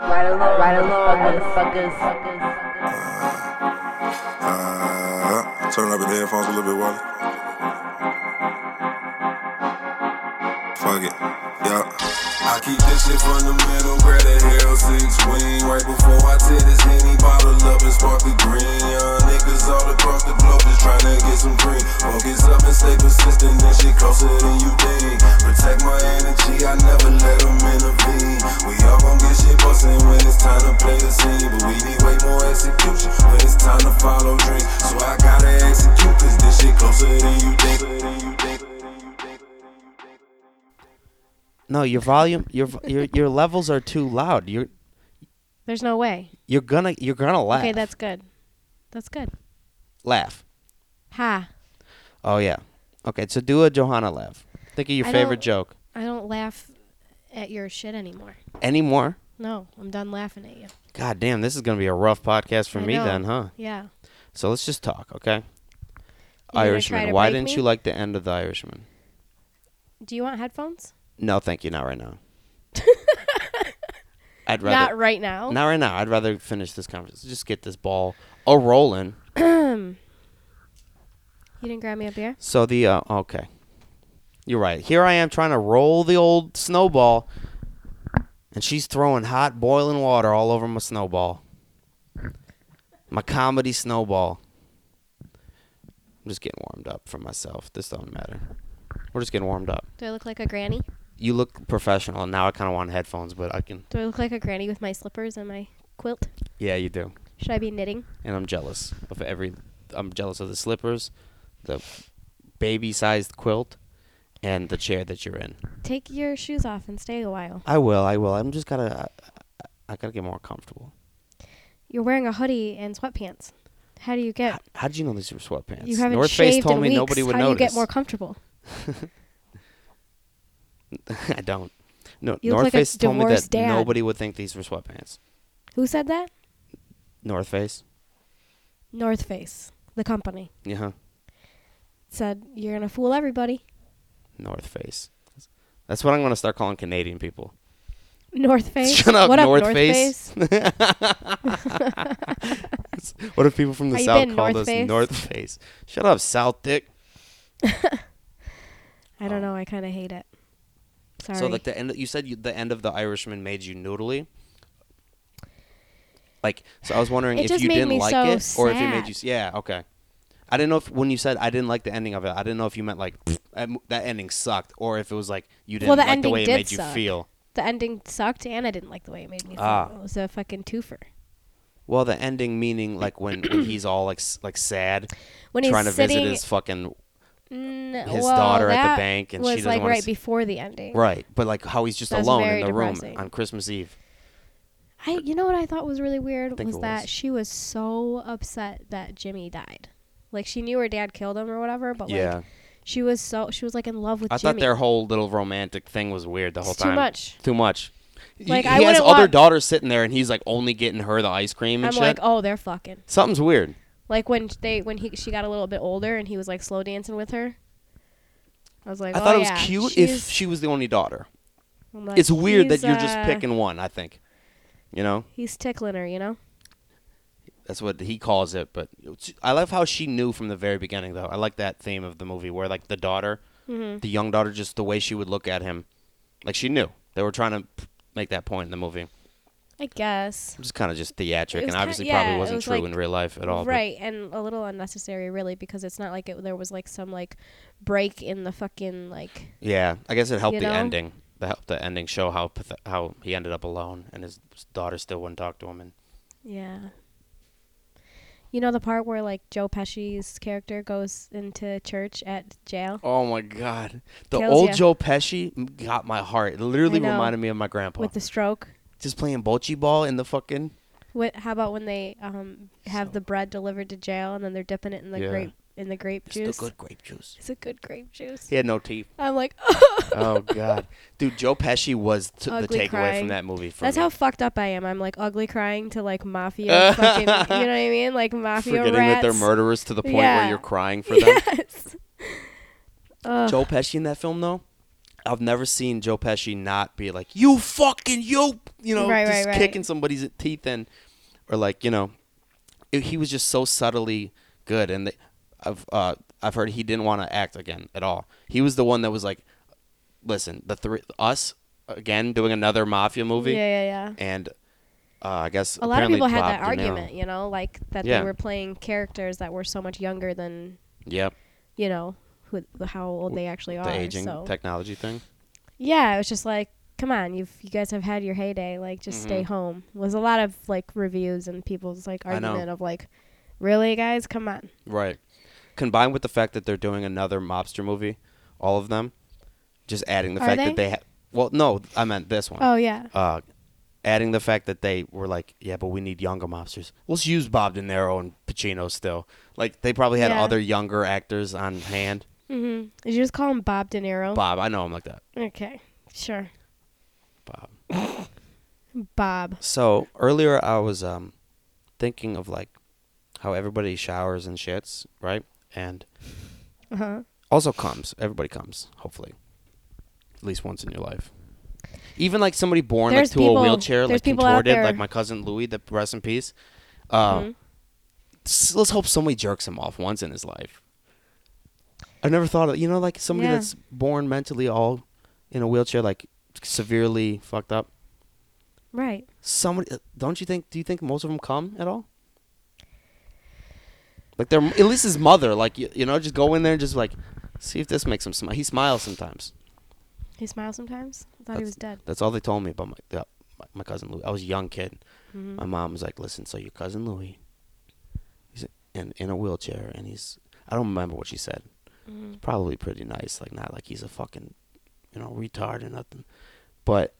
Right along, right along, motherfuckers. Uh, turn up the headphones a little bit, Wally. Fuck it. Yeah. I keep this shit from the middle, grab the hell six wing. Right before I tear this henny bottle up and spark the green. Young niggas all across the globe just trying to get some green. Focus up and stay consistent, this shit closer than you think. Protect my energy, I never let them intervene. We all gon' get shit bustin' when it's time to play a scene. But we need way more execution when it's time to follow dreams. So I gotta execute, cause this shit closer than you think. No, your volume, your vo- your your levels are too loud. You're There's no way. you're gonna you're gonna laugh. Okay, that's good. That's good. laugh. Ha. Oh yeah. Okay, so do a Johanna laugh. Think of your I favorite don't- joke. I don't laugh at your shit anymore. Any more? No, I'm done laughing at you. God damn, this is gonna be a rough podcast for I me know. then, huh? Yeah. So let's just talk, okay? gonna try Irishman. to Why break didn't me? you like the end of the Irishman? Do you want headphones? No, thank you. Not right now. I'd Not rather right now. not right now. I'd rather finish this conversation. Just get this ball a rolling. You didn't grab me a beer? So the uh, okay, you're right. Here I am trying to roll the old snowball, and she's throwing hot boiling water all over my snowball. My comedy snowball. I'm just getting warmed up for myself. This don't matter. We're just getting warmed up. Do I look like a granny? You look professional. Now I kind of want headphones, but I can. Do I look like a granny with my slippers and my quilt? Yeah, you do. Should I be knitting? And I'm jealous of every. I'm jealous of the slippers, the baby-sized quilt, and the chair that you're in. Take your shoes off and stay a while. I will. I will. I'm just gotta. I, I gotta get more comfortable. You're wearing a hoodie and sweatpants. How do you get? How did you know these were sweatpants? you haven't North shaved Face told in me weeks. nobody would How notice. do you get more comfortable? I don't. No, You look North like a Face told me that divorced dad. nobody would think these were sweatpants. Who said that? North Face. North Face, the company, Yeah. huh. said you're gonna fool everybody. North Face. That's what I'm gonna start calling Canadian people. North Face. Shut up, what North up, North Face? Face? What if people from the How you South been, called North us Face? North Face? Shut up, South Dick. I don't know. I kind of hate it. Sorry. So like the end, you said you, the end of the Irishman made you noodly. Like, so I was wondering It if just you made didn't me like so it or if it made you. sad. Yeah, okay. I didn't know if when you said I didn't like the ending of it, I didn't know if you meant like "Pfft, that mo- that ending sucked or if it was like you didn't Well, the like the ending way it did made you suck. feel. The ending sucked, and I didn't like the way it made me feel. Ah. It was a fucking twofer. Well, the ending meaning like when, when he's all like s- like sad, When he's trying to sitting, visit his fucking Mm, his well, daughter at the that bank and she was doesn't like wanna right s- before the ending. right, but like how he's just That's alone very in the room depressing. on Christmas Eve. I, you know what I thought was really weird Think was, it that was. she was so upset that Jimmy died. Like she knew her dad killed him or whatever, but Yeah. like she was so she was like in love with I Jimmy. thought their whole little romantic thing was weird the whole It's too time. much. Too much. He- Like, he I has wouldn't other want- daughters sitting there, and he's like only getting her the ice cream and I'm shit. like, oh, they're fucking. Something's weird. Like when they when he she got a little bit older and he was like slow dancing with her. I was like, I thought oh, it was yeah, cute if she's- she was the only daughter. I'm like, it's weird that he's, you're just uh, picking one. I think, you know, He's tickling her, you know. that's what he calls it. But it's- I love how she knew from the very beginning, though. I like that theme of the movie where like the daughter, Mm-hmm. the young daughter, just the way she would look at him, like she knew they were trying to p- make that point in the movie. I guess. It was kind of just theatric, It and was ki- obviously yeah, probably it wasn't was true like- in real life at all. but- Right, and a little unnecessary, really, because it's not like it, there was like some like break in the fucking like. Yeah, I guess it helped You the know? ending. The helped the ending show how path- how he ended up alone and his daughter still wouldn't talk to him. And Yeah. You know the part where like Joe Pesci's character goes into church at jail oh my god, the Kills old ya. Joe Pesci got my heart. It literally I know. reminded me of my grandpa with the stroke. just playing bocce ball in the fucking. What? How about when they um have the bread delivered to jail and then they're dipping it in the Yeah. grape in the grape It's juice? the good grape juice. It's a good grape juice. He had no teeth. I'm like, Oh god, dude, Joe Pesci was t- the Ugly takeaway crying. from that movie. For that's me. how fucked up I am. I'm like ugly crying to like mafia, fucking, you know what I mean? Like mafia forgetting that they're rats. murderers to the point where Yeah. you're crying for them. Yes. Joe Pesci in that film though, I've never seen Joe Pesci not be like, "You fucking you," you know, Right, just right, right. kicking somebody's teeth in, or like, you know, it, he was just so subtly good. And the, I've uh, I've heard he didn't want to act again at all. He was the one that was like, "Listen, the three us again doing another mafia movie," Yeah, yeah, yeah. and uh, I guess A lot of apparently people had Bob that De Niro- argument, you know, like that Yeah. they were playing characters that were so much younger than Yep, you know who, how old they actually are. the aging so. technology thing. yeah, it was just like, come on, you've you guys have had your heyday. Like, just stay home. Was a lot of like reviews and people's like Mm-hmm. I know. argument of like, really, guys, come on. Right. Combined with the fact that they're doing another mobster movie, all of them, just adding the Are fact they? that they ha- well, no, I meant this one. Oh yeah, Uh, adding the fact that they were like, yeah, but we need younger mobsters. Let's use Bob De Niro and Pacino still. Like they probably had Yeah. other younger actors on hand. hmm Did you just call him Bob De Niro? Bob, I know him like that. Okay, sure, Bob. Bob. So earlier I was um thinking of like how everybody showers and shits, right? And Uh huh. also comes. Everybody comes, hopefully, at least once in your life. Even like somebody born There's like to a people- wheelchair, there's like people out contorted, like there- Mm-hmm. my cousin Louis, the rest in peace. Uh, s- Let's hope somebody jerks him off once in his life. I never thought of you know like somebody Yeah. that's born mentally all in a wheelchair, like severely fucked up. Right. Somebody, don't you think? Do you think most of them come at all? Like they're at least his mother, like you, you know, just go in there and just like see if this makes him smile. He smiles sometimes. He smiles sometimes. I thought he That's- was dead. That's all they told me about my the- my, my cousin Louis. I was a young kid. My mom was like, "Listen, so your cousin Louis, he's in in a wheelchair, and he's I don't remember what she said. It's probably pretty nice, like not like he's a fucking you know retard or nothing. But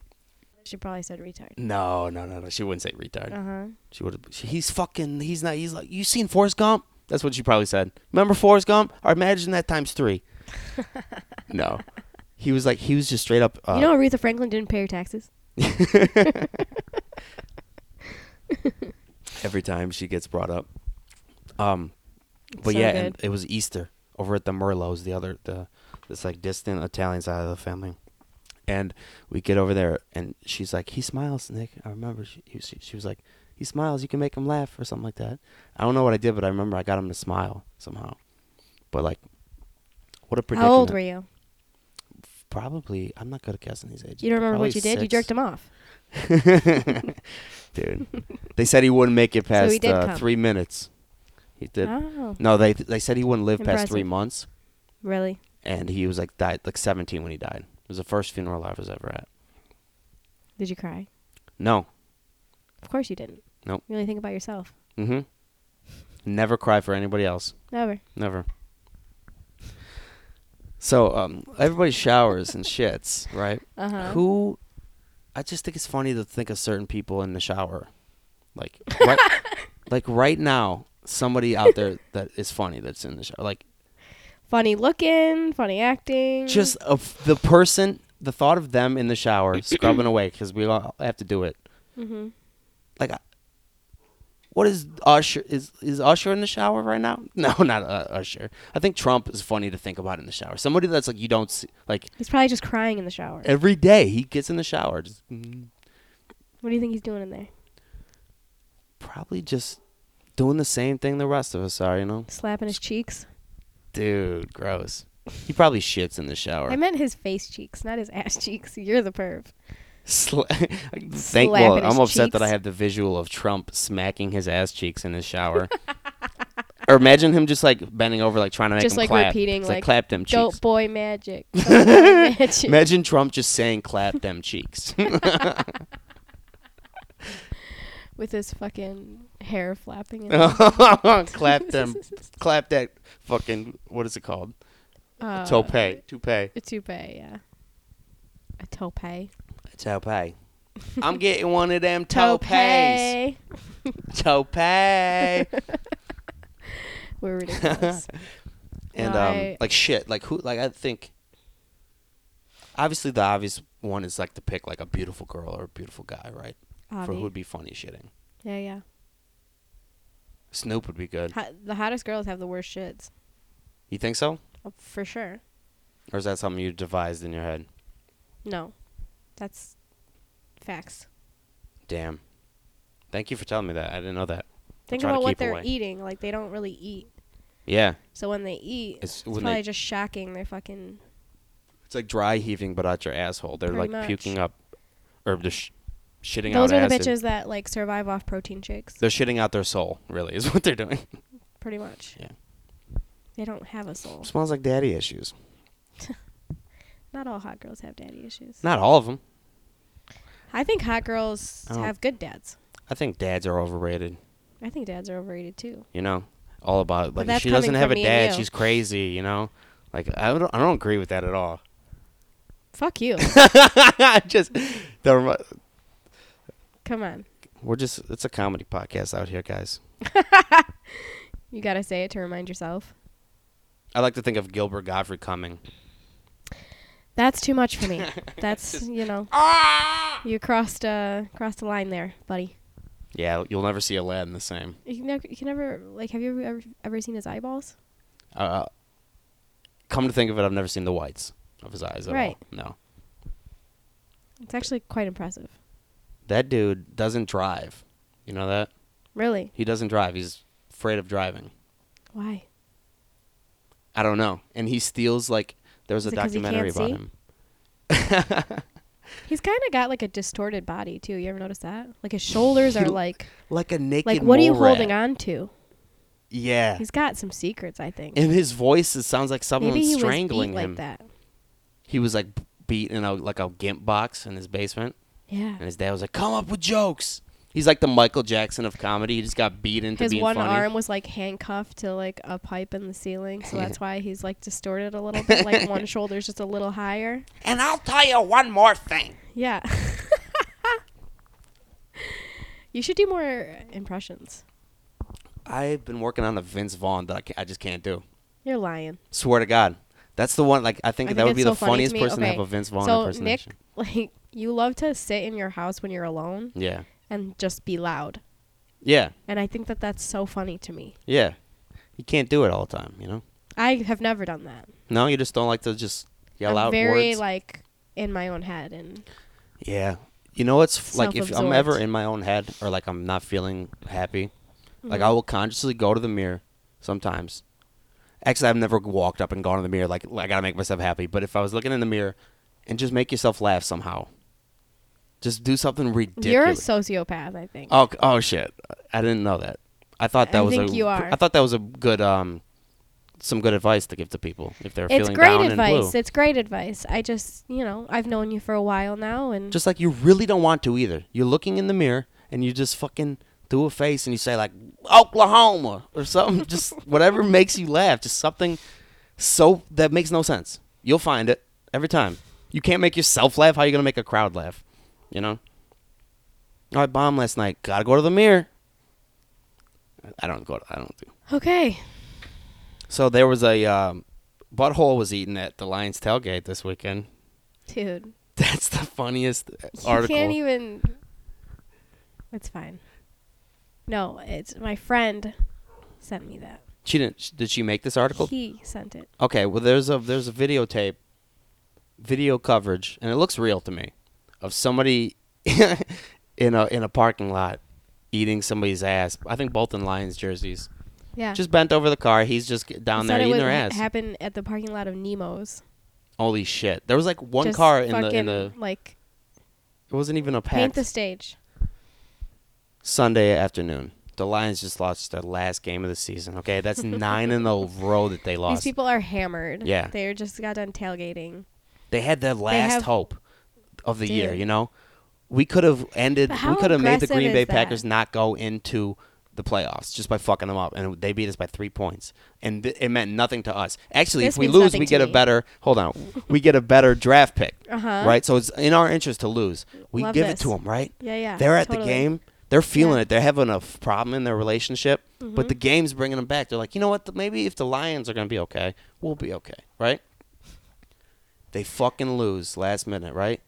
She probably said retard. no, no, no, no. She wouldn't say retard. Uh huh. She would have. He's fucking. He's not. He's like. You seen Forrest Gump? That's what she probably said. Remember Forrest Gump? Or imagine that times three. no, he was like. He was just straight up. Uh, you know Aretha Franklin didn't pay her taxes. every time she gets brought up. Um, but So yeah, good. and it was Easter over at the Merlots, the other the this like distant Italian side of the family, and we get over there, and she's like, "He smiles, Nick." I remember she he- she, she was like, "He smiles, you can make him laugh or something like that." I don't know what I did, but I remember I got him to smile somehow. But like, what a predicament! How old were you? Probably, I'm not good at guessing these ages. You don't remember Probably what you did? You six. jerked him off. dude. they said he wouldn't make it past he did uh, come. three minutes. He did. Oh, No, they they said he wouldn't live past Impressive. three months, really? and he was like died like 17 when he died. It was the first funeral I was ever at. Did you cry? No, Of course you didn't. Nope. You only think about yourself. mm-hmm. Never cry for anybody else. Never. Never. So um, everybody showers and shits, right? Uh huh. Who? I just think it's funny to think of certain people in the shower, like right, like right now, somebody out there that is funny that's in the shower, like Funny looking, funny acting. just of the person, the thought of them in the shower scrubbing away because we all have to do it. hmm Like, I- what is Usher? Is is Usher in the shower right now? No, not uh, Usher. I think Trump is funny to think about in the shower. Somebody that's like you don't see, like He's probably just crying in the shower. every day he gets in the shower, just mm, What do you think he's doing in there? probably just doing the same thing the rest of us are. You know, Slapping his cheeks. dude, gross. He probably shits in the shower. I meant his face cheeks, not his ass cheeks. You're the perv. Sla- Thank Slapping well, his I'm upset that I cheeks. have the visual of Trump smacking his ass cheeks in his shower. or imagine him just like bending over, like trying to make Just, him like, clap. repeating, It's like, like, clap them Dope cheeks. boy magic. Dope boy magic. Imagine Trump just saying clap them cheeks. With his fucking hair flapping. and- clap them clap that fucking what is it called? uh, toupee. Toupee. A toupee, yeah. A toupee. Toupee. I'm getting one of them toupees. Toupee. We're ridiculous. and No, um, I- like shit, like who, like I think. Obviously, the obvious one is like to pick like a beautiful girl or a beautiful guy, right? For who Obvi. would be funny shitting? yeah, yeah. Snoop would be good. Ho- the hottest girls have the worst shits. You think so, Oh, For sure. or is that something you devised in your head? No, that's facts. Damn. Thank you for telling me that. I didn't know that. Think try to about what keep they're away. eating. Like they don't really eat. Yeah. So when they eat, it's, It's, when probably they, just shocking. They're fucking it's like dry heaving, but out your asshole. They're Pretty like much. puking up, or just sh- shitting Those out are the acid. bitches that like survive off protein shakes, They're shitting out their soul. Really, is what they're doing. pretty much. Yeah. They don't have a soul. Smells like daddy issues. Not all hot girls have daddy issues. Not all of them. I think hot girls I don't- have good dads. I think dads are overrated. I think dads are overrated too. You know, all about it. like if that's she coming doesn't from have a me dad, and you. she's crazy. You know, like I don't, I don't agree with that at all. Fuck you. just the, remo- Come on. we're just it's a comedy podcast out here, guys. You gotta say it to remind yourself. I like to think of Gilbert Godfrey coming. That's too much for me. That's you know. Ah! You crossed uh crossed a line there, buddy. Yeah, you'll never see Aladdin the same. You can never, you can never like. Have you ever, ever ever seen his eyeballs? Uh, come to think of it, I've never seen the whites of his eyes at Right. all. No, It's actually quite impressive. that dude doesn't drive. You know that Really? he doesn't drive. He's afraid of driving. Why? I don't know. And he steals like there was Is a it 'cause he documentary about can't him. He's kind of got like a distorted body too. You ever notice that? Like his shoulders are like Like a naked. like what are you mole rat. holding on to? Yeah. He's got some secrets, I think. and his voice it sounds like someone's Maybe he strangling was beat him. like that. He was like beat in a like a gimp box in his basement, Yeah. and his dad was like, "Come up with jokes." He's like the Michael Jackson of comedy. He just got beat into His being one funny. arm was like handcuffed to like a pipe in the ceiling, so that's why he's like distorted a little bit. Like one shoulder's just a little higher. And I'll tell you one more thing. Yeah. you should do more impressions. I've been working on a Vince Vaughn that I, can't, I just can't do. You're lying. Swear to God, that's the one. Like I think I that think would be it's the so funny to funniest me. person to Okay. have a Vince Vaughn So Nick, impersonation. like you love to sit in your house when you're alone yeah, and just be loud, yeah, and I think that that's so funny to me. yeah. You can't do it all the time, you know. I have never done that. No, you just don't like to just yell I'm out very words. like in my own head, and yeah, you know what's f- like if I'm Self-absorbed. ever in my own head or like I'm not feeling happy, like Mm-hmm. I will consciously go to the mirror sometimes. Actually, I've never walked up and gone to the mirror like I gotta make myself happy. But if I was looking in the mirror, and just make yourself laugh somehow. Just do something ridiculous. you're a sociopath. I think. Oh, c- oh shit! I didn't know that. I thought that I was think a. you are. I thought that was a good um, some good advice to give to people if they're it's feeling great down and advice. blue. It's great advice. I just, you know, I've known you for a while now, and just like you really don't want to either. You're looking in the mirror and you just fucking do a face and you say like Oklahoma or something. just whatever makes you laugh. Just something so that makes no sense. You'll find it every time. You can't make yourself laugh. How you gonna make a crowd laugh? You know. I bombed last night. Gotta go to the mirror. I don't go. To, I don't do. okay, So there was a um, butthole was eaten at the Lions tailgate this weekend. dude, That's the funniest you article. can't even. It's fine. No, it's my friend sent me that. she didn't. sh- Did she make this article? He sent it. okay. Well, there's a there's a videotape, video coverage, and it looks real to me, of somebody in a in a parking lot eating somebody's ass. I think both in Lions jerseys. Yeah. Just bent over the car. He's just g- down there Said it eating would their ha- ass. Happen at the parking lot of Nemo's. Holy shit! There was like one Just car in the fucking, in the. like It wasn't even a paint packed the stage. Sunday afternoon. The Lions just lost their last game of the season. Okay, that's nine in a row that they These lost. people are hammered. Yeah. They just got done tailgating. they had their last have- hope of the year. Dude. You know, we could have ended. But We how could have made the aggressive Green Bay is that? Packers not go into the playoffs just by fucking them up, and they beat us by three points, and th- it meant nothing to us. Actually, This if we means lose, nothing we to get a me. better. Hold on, we get a better draft pick, Uh-huh. right? So it's in our interest to lose. We Love give it this. to them, right? Yeah, yeah. They're at the totally. game. They're feeling Yeah. Mm-hmm. it. They're having a f- problem in their relationship, but the game's bringing them back. They're like, you know what? th- Maybe if the Lions are going to be okay, we'll be okay, right? They fucking lose last minute, right?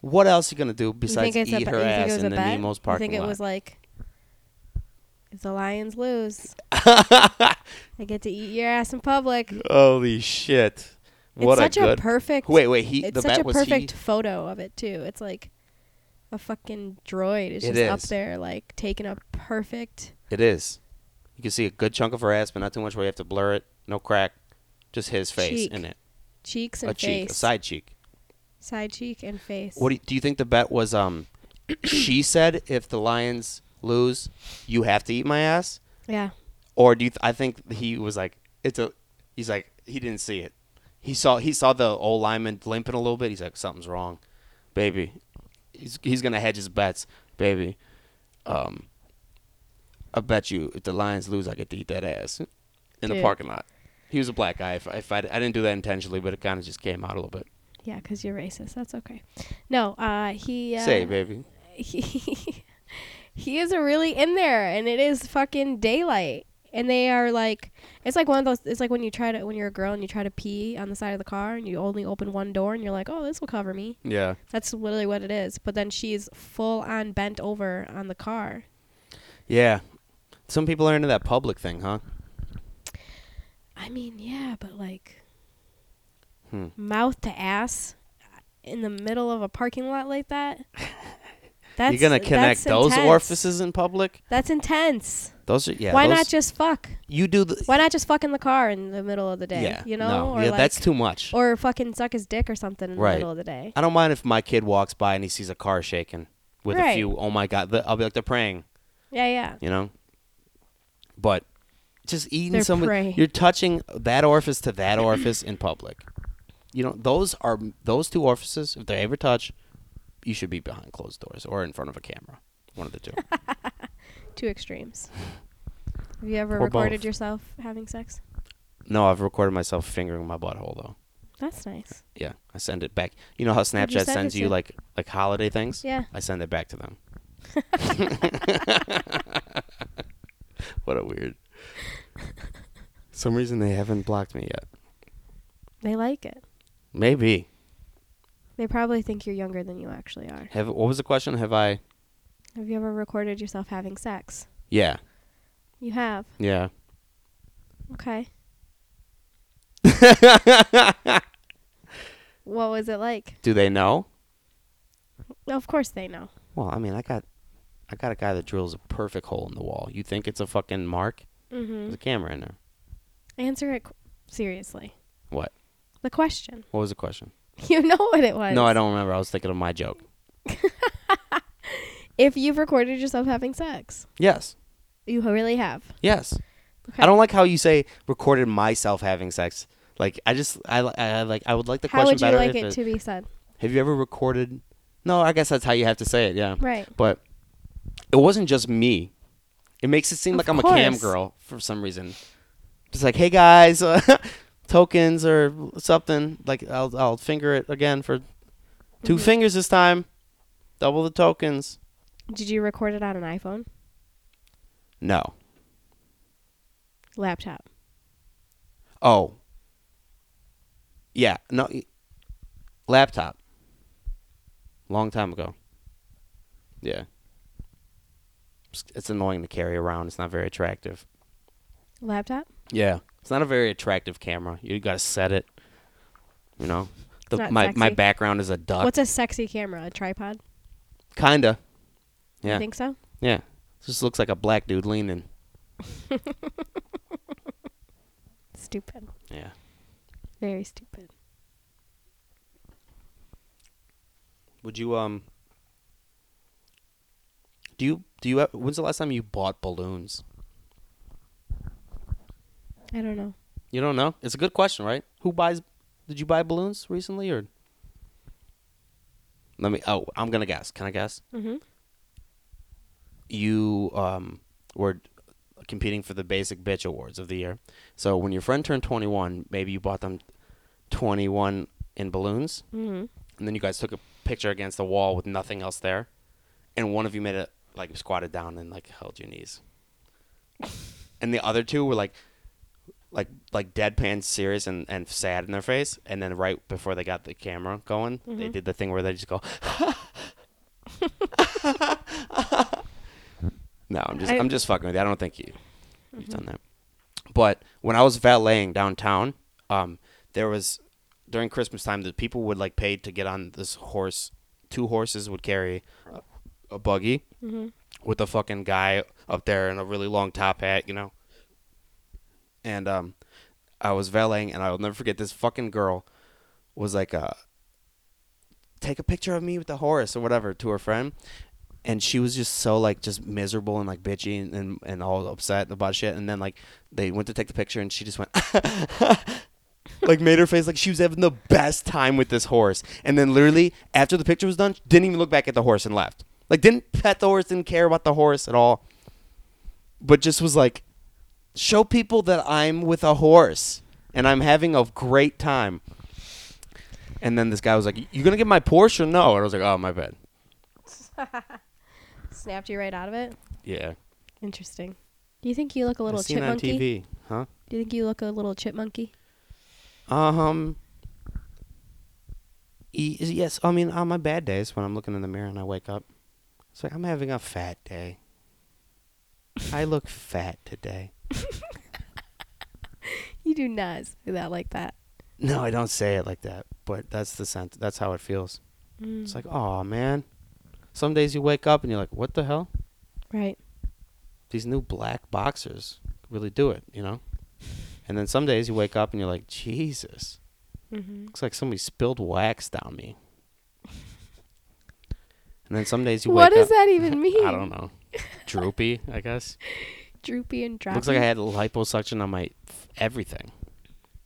What else you going to do You think besides it's a eat bet- her you think it ass was in a the bet? Nemo's You parking think it lot? was like, if the Lions lose, I get to eat your ass in public. Holy shit. What it's such a good. perfect. wait, wait. He it's the such bat a was perfect he. photo of it too. It's like a fucking droid is It just up is. there, like taking a perfect. It is. You can see a good chunk of her ass, but not too much where you have to blur it. No crack. Just his face Cheek in it. cheeks and A face, cheek, a side cheek. side cheek and face. What do you, do you think the bet was? Um, she said if the Lions lose, you have to eat my ass. yeah, Or do you? Th- I think he was like, it's a. He's like, he didn't see it. He saw he saw the old lineman limping a little bit. He's like, something's wrong, baby. He's he's gonna hedge his bets, baby. Um, I bet you if the Lions lose, I get to eat that ass in the Dude. parking lot. He was a black guy. If, if I, I didn't do that intentionally, but it kind of just came out a little bit. yeah, because you're racist. That's okay. No, uh, he. Uh, Say, baby. he he is really in there and it is fucking daylight and they are like it's like one of those it's like when you try to when you're a girl and you try to pee on the side of the car and you only open one door and you're like oh this will cover me Yeah. that's literally what it is but then she's full on bent over on the car Yeah. Some people are into that public thing, huh? i mean yeah but like Hmm. mouth to ass in the middle of a parking lot like that that's You're gonna connect that's those intense. orifices in public? that's intense Those are yeah. why those- not just fuck you do the Why not just fuck in the car in the middle of the day? yeah? you know, no, or yeah, like, that's too much. or fucking suck his dick or something in Right. the middle of the day. I don't mind if my kid walks by and he sees a car shaking with a Right. few. Oh my god! the- I'll be like they're praying, Yeah, yeah. you know. But just eating They're somebody, praying. you're touching that orifice to that orifice in public. You know, those are those two orifices. If they ever touch, you should be behind closed doors or in front of a camera. One of the two. Two extremes. Have you ever Or recorded both. yourself having sex? no, I've recorded myself fingering my butthole though. That's nice. Yeah, I send it back. You know how Who'd you Snapchat send sends it you to? like like holiday things? Yeah. I send it back to them. what a weird. Some reason they haven't blocked me yet. They like it. Maybe. They probably think you're younger than you actually are. Have what was the question? Have I? Have you ever recorded yourself having sex? Yeah. You have. Yeah. Okay. what was it like? Do they know? Of course they know. Well, I mean, I got, I got a guy that drills a perfect hole in the wall. You think it's a fucking mark? Mm-hmm. There's a camera in there. Answer it qu- seriously. What? The question. What was the question? You know what it was. No, I don't remember. I was thinking of my joke. If you've recorded yourself having sex, Yes. you really have. Yes. Okay. I don't like how you say recorded myself having sex. Like I just I, li- I like I would like the How question would you better. like if it to be said? Have you ever recorded? No, I guess that's how you have to say it. Yeah. Right. But it wasn't just me. It makes it seem Of like I'm a cam course. girl for some reason. Just like, hey guys, uh, tokens or something. Like I'll I'll finger it again for 2 Mm-hmm. fingers this time. Double the tokens. Did you record it on an iPhone, No. laptop? Oh. Yeah, no y- laptop. Long time ago. Yeah. It's, it's annoying to carry around. It's not very attractive. Laptop? Yeah. It's not a very attractive camera. You got to set it. You know. The, not my my sexy. background is a duck. What's a sexy camera? A tripod? Kinda. You Yeah. think so? Yeah. Just looks like a black dude leaning. Stupid. Yeah. Very stupid. Would you um Do you do you uh, when's the last time you bought balloons? I don't know. You don't know? It's a good question, right? Who buys? Did you buy balloons recently or? Let me. Oh, I'm gonna guess. Can I guess? Mm-hmm. You um were competing for the Basic Bitch Awards of the year. So when your friend turned 21, maybe you bought them 21 in balloons, Mm-hmm. and then you guys took a picture against the wall with nothing else there, and one of you made it like squatted down and like held your knees, and the other two were like like like deadpan serious and, and sad in their face and then right before they got the camera going they did the thing where they just go no i'm just I, I- am just fucking with you i don't think you you've done that but when i was valeting downtown um there was during Christmas time, the people would like pay to get on this horse. Two horses would carry a, a buggy with a fucking guy up there in a really long top hat, you know. And um, I was valeting, and I'll never forget this fucking girl was like, uh, "Take a picture of me with the horse or whatever" to her friend, and she was just so like just miserable and like bitchy and, and, and all upset about shit. And then like they went to take the picture, and she just went. like made her face like she was having the best time with this horse. And then literally after the picture was done, she didn't even look back at the horse and left. Like didn't pet the horse, didn't care about the horse at all. But just was like, show people that I'm with a horse and I'm having a great time. And then this guy was like, "You gonna get my Porsche or no?" And I was like, "Oh, my bad." Snapped you right out of it. Yeah. Interesting. Do you think you look a little I seen it on chipmunky? TV, huh? Do you think you look a little chipmunky? Um. y- Yes, I mean on my bad days when I'm looking in the mirror and I wake up, it's like I'm having a fat day. I look fat today. You do not say that like that. No, I don't say it like that, but that's the sense. That's how it feels. Mm. It's like, oh man. Some days you wake up and you're like, what the hell? Right. These new black boxers really do it, you know. And then some days you wake up and you're like, Jesus, hmm looks like somebody spilled wax down me. And then some days you What wake does up. that even mean? I don't know. Droopy, I guess. Droopy and droppy. Looks like I had liposuction on my f- everything.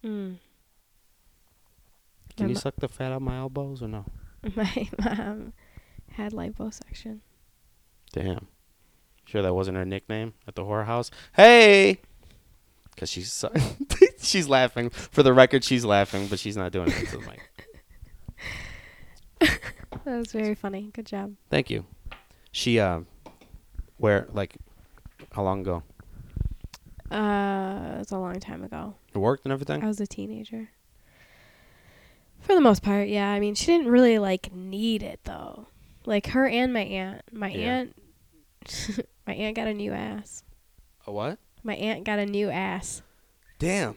Mm. Can My you mo- suck the fat out my elbows or no? My mom had liposuction. Damn. Sure that wasn't her nickname at the horror house? Hey! Because she's, su- she's laughing. For the record, she's laughing, but she's not doing it to the mic. That was very funny. Good job. Thank you. She, uh, where, like, how long ago? Uh, it was a long time ago. It worked and everything? I was a teenager. For the most part, yeah. I mean, she didn't really like need it though. Like her and my aunt. My Yeah. aunt. my aunt got a new ass. A what? My aunt got a new ass. Damn.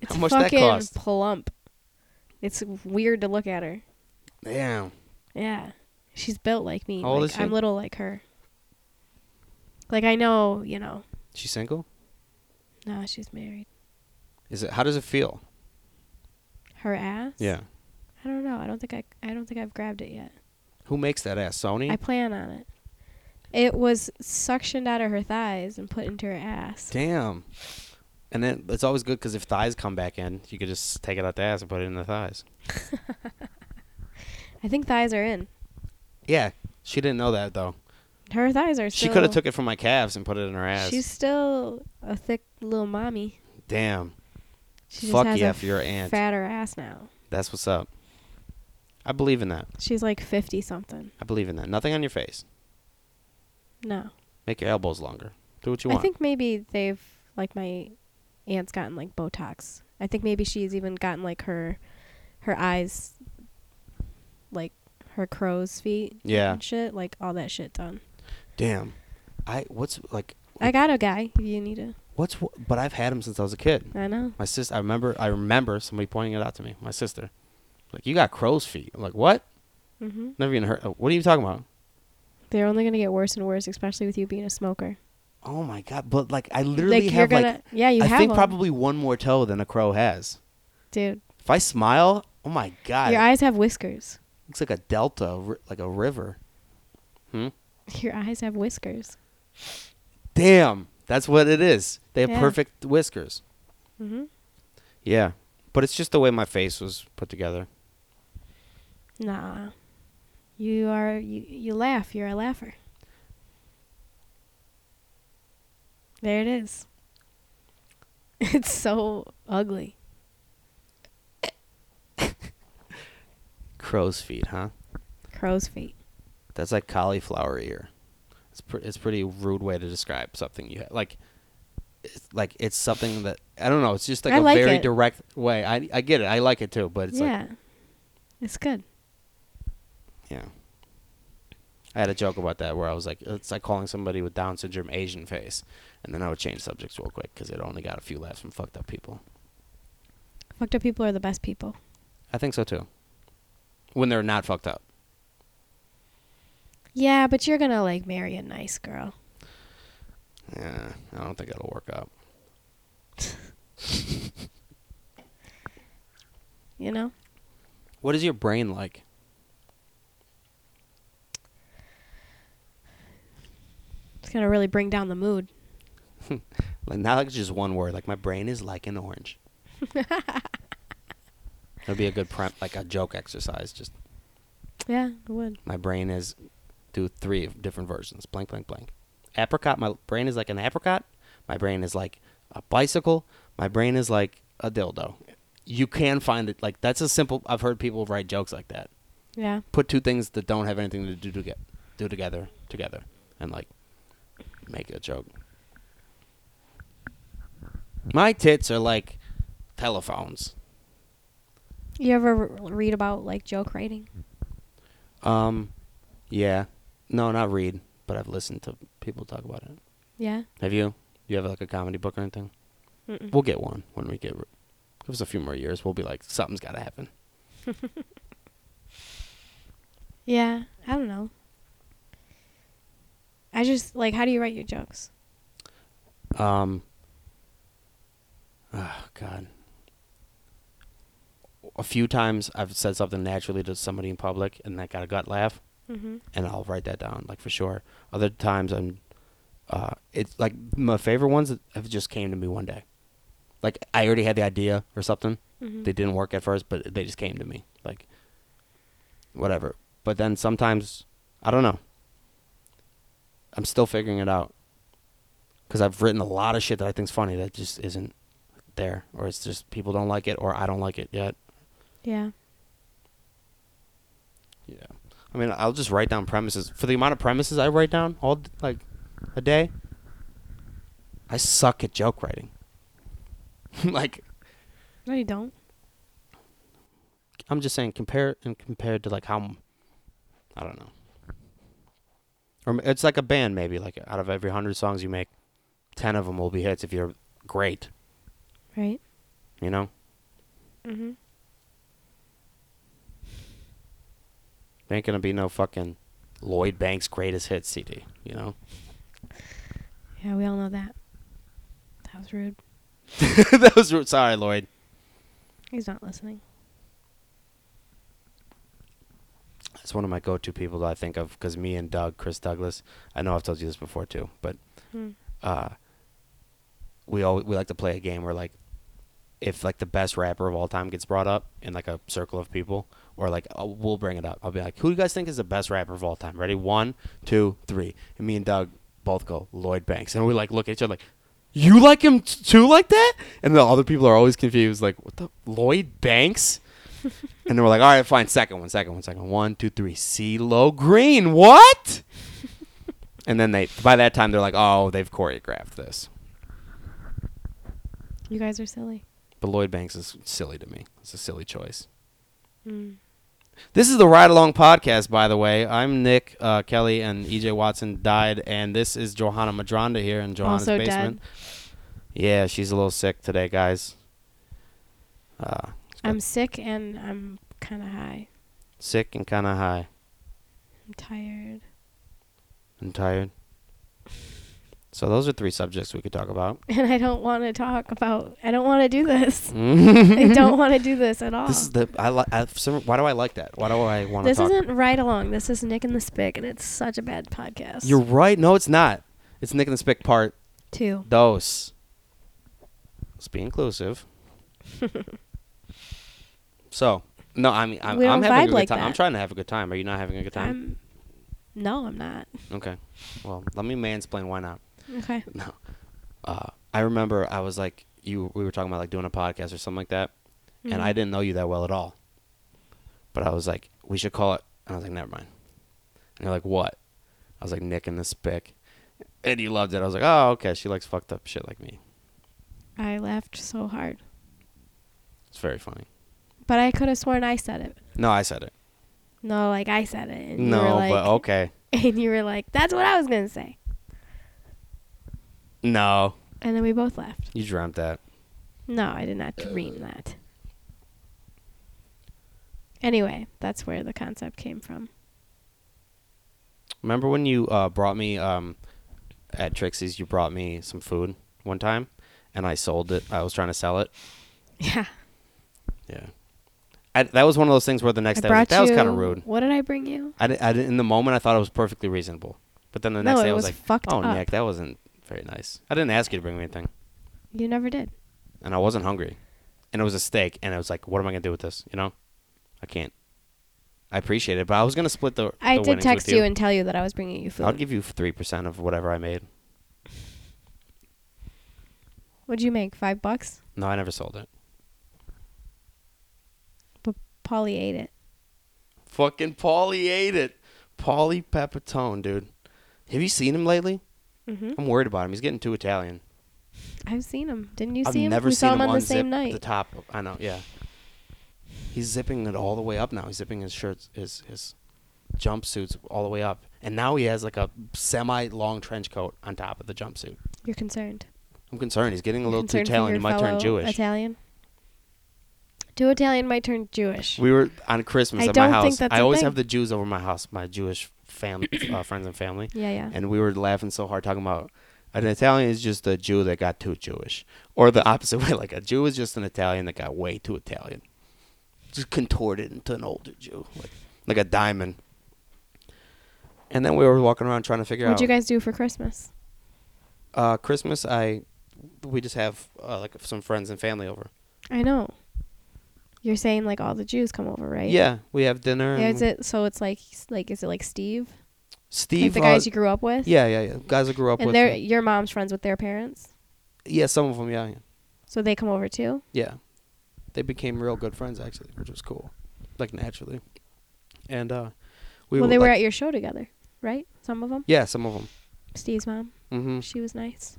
It's much that fucking cost? plump. It's weird to look at her. Damn. Yeah. She's built like me. How old like, is she? I'm little like her. Like I know, you know. She single? Nah, she's married. Is it, how does it feel? Her ass? Yeah. I don't know. I don't think I I don't think I've grabbed it yet. Who makes that ass? Sony? I plan on it. It was suctioned out of her thighs and put into her ass. Damn. And then it's always good because if thighs come back in, you could just take it out the ass and put it in the thighs. I think thighs are in. Yeah, she didn't know that though. Her thighs are She still could have took it from my calves and put it in her ass. She's still a thick little mommy. Damn, She Fuck just has yeah a for your aunt. fatter ass now. that's what's up. I believe in that. She's like 50 something. I believe in that. Nothing on your face. No. Make your elbows longer. Do what you I want. think maybe they've like my aunt's gotten like Botox. I think maybe she's even gotten like her her eyes like her crow's feet. Yeah. And shit. Like all that shit done. Damn. I what's like I got a guy if you need a what's wh- but I've had him since I was a kid. I know. My sister. I remember. I remember somebody pointing it out to me. My sister. Like you got crow's feet. I'm like what? hmm Never even heard. What are you talking about? They're only gonna get worse and worse, especially with you being a smoker. Oh my god! But like I literally like have you're gonna like yeah you I have think 'em, probably one more toe than a crow has. dude. If I smile, oh my god, Your eyes have whiskers. looks like a delta, a ri- like a river. Your eyes have whiskers. Damn, that's what it is. They have Yeah. perfect whiskers. hmm Yeah, but it's just the way my face was put together. Nah. You are you you laugh, you're a laugher. There it is. It's so ugly. Crow's feet, huh? Crow's feet. That's like cauliflower ear. It's pre- it's pretty rude way to describe something you ha- like. It's like it's something that I don't know. It's just like I a like very it. direct way. I I get it. I like it too, but it's like yeah. it's good. Yeah. I had a joke about that where I was like, it's like calling somebody with Down syndrome Asian face. And then I would change subjects real quick because it only got a few laughs from fucked up people. Fucked up people are the best people. I think so too. When they're not fucked up. Yeah, but you're gonna like marry a nice girl. Yeah, I don't think that'll work out. You know, What is your brain like? it's gonna really bring down the mood. Like not like just one word. Like my brain is like an orange. It'll be a good prep, like a joke exercise. Just Yeah, it would. my brain is do three of different versions. Blank, blank, blank. Apricot. My brain is like an apricot. My brain is like a bicycle. My brain is like a dildo. You can find it. Like that's a simple. I've heard people write jokes like that. Yeah, Put two things that don't have anything to do to get do together together, and like make a joke. My tits are like telephones. you ever r- read about like joke writing? Um, yeah, no, not read, but I've listened to people talk about it. Yeah. Have you? You have like a comedy book or anything? Mm-mm. We'll get one when we get. Give us a few more years. We'll be like, something's got to happen. Yeah, I don't know. I just like how do you write your jokes? Um. Oh God. A few times I've said something naturally to somebody in public, and I got a gut laugh, Mm-hmm. and I'll write that down, like for sure. Other times I'm, uh, it's like my favorite ones have just came to me one day, like I already had the idea or something, Mm-hmm. they didn't work at first, but they just came to me. Like, whatever. But then sometimes, I don't know. I'm still figuring it out. Because I've written a lot of shit that I think's funny that just isn't there. Or it's just people don't like it, or I don't like it yet. yeah. Yeah. I mean, I'll just write down premises. For the amount of premises I write down all, d- like, a day, I suck at joke writing. like, No, you don't. I'm just saying compare and compared to like how m- I don't know. Or m- it's like a band maybe like out of every 100 songs you make, 10 of them will be hits if you're great, Right. you know? Mm-hmm. There ain't going to be no fucking Lloyd Banks greatest hits CD, you know? Yeah, we all know that. That was rude. that was ru- sorry Lloyd. He's not listening. It's one of my go-to people that I think of cuz me and Doug, Chris Douglas, I know I've told you this before too, but Hmm. uh we all we like to play a game where like if like the best rapper of all time gets brought up in like a circle of people or like uh, we'll bring it up i'll be like who do you guys think is the best rapper of all time ready one two three and me and doug both go lloyd banks and we like look at each other like you like him t- too like that and the other people are always confused like what the lloyd banks and then we're like all right fine second one second one second one two three CeeLo green what and then they by that time they're like oh they've choreographed this You guys are silly. But Lloyd Banks is silly to me. It's a silly choice. Mm. This is the Ride Along Podcast, by the way. I'm Nick uh, Kelly, and EJ Watson died, and this is Johanna Madronda here in Johanna's Also dead. basement. Yeah, she's a little sick today, guys. Uh, I'm sick and I'm kind of high. sick and kind of high I'm tired. and tired. So those are three subjects we could talk about. And I don't want to talk about. I don't want to do this. I I don't want to do this at all. This is the I like. Why do I like that? Why do I want to This talk? isn't right along. This is Nick and the Spick, and it's such a bad podcast. You're right. No, it's not. It's Nick and the Spick part two. Dos. Let's be inclusive. so, no, I mean, I'm, We I'm don't having a vibe good like time. I'm that. trying to have a good time. Are you not having a good time? I'm. No, I'm not. okay. Well, let me mansplain why not. Okay. No. Uh, I remember I was like, you. we were talking about like doing a podcast or something like that, and Mm-hmm. I didn't know you that well at all. But I was like, we should call it. And I was like, never mind. And you're like, what? I was like, Nick and the Spick. And you loved it. I was like, oh, okay. She likes fucked up shit like me. I laughed so hard, It's very funny. but I could have sworn I said it. No, I said it. No, like I said it. And you No, were like, but okay. And you were like, "That's what I was gonna say," No, and then we both laughed. you dreamt that. No, I did not dream that. Anyway, that's where the concept came from. Remember when you uh, brought me um, at Trixie's? You brought me some food one time, and I sold it. I was trying to sell it. Yeah. Yeah. I, that was one of those things where the next day I was like, that was kind of rude. What did I bring you? I, di- I di- in the moment I thought it was perfectly reasonable, but then the No, next it day I was, was like, fucked "Oh, up." Nick, that wasn't very nice. I didn't ask you to bring me anything, You never did. and I wasn't hungry, and it was a steak, and I was like, what am I gonna do with this? You know, I can't. I appreciate it, but I was gonna split the. I the did winnings text with you. and tell you that I was bringing you I'll food. give you three percent of whatever I made. What'd you make? Five bucks? No, I never sold it. Polly ate it. Fucking Paulie ate it. Paulie Pepitone, dude. Have you seen him lately? hmm I'm worried about him. He's getting too Italian. I've seen him. Didn't you I've see him? never we seen saw him, on the unzip same night. The top. of- I know. Yeah. He's zipping it all the way up now. He's zipping his shirts, his his jumpsuits all the way up, and now he has like a semi-long trench coat on top of the jumpsuit. You're concerned. I'm concerned. He's getting a little too concerned for Italian. your He might turn fellow Jewish. Italian. Too Italian might turn Jewish. We were on Christmas I at don't my house. think that's I a always thing. have the Jews over my house, my Jewish fam, uh, friends and family. yeah, yeah. and we were laughing so hard talking about an Italian is just a Jew that got too Jewish, or the opposite way, like a Jew is just an Italian that got way too Italian, just contorted into an older Jew, like like a diamond. And then we were walking around trying to figure What'd out you guys do for Christmas? uh, Christmas. I we just have uh, like some friends and family over. I know. You're saying like all the Jews come over, right? Yeah, we have dinner. Yeah, and is it so? It's like like is it like Steve, Steve? like the uh, guys you grew up with? yeah, yeah, yeah. Guys I grew up and with. they're yeah. your mom's friends with their parents, yeah, some of them. Yeah, yeah. so they come over too. Yeah. They became real good friends actually, which was cool. Like naturally. And uh we well, they were like- at your show together, right? Some of them. Yeah, some of them. Steve's mom, Mhm. she was nice.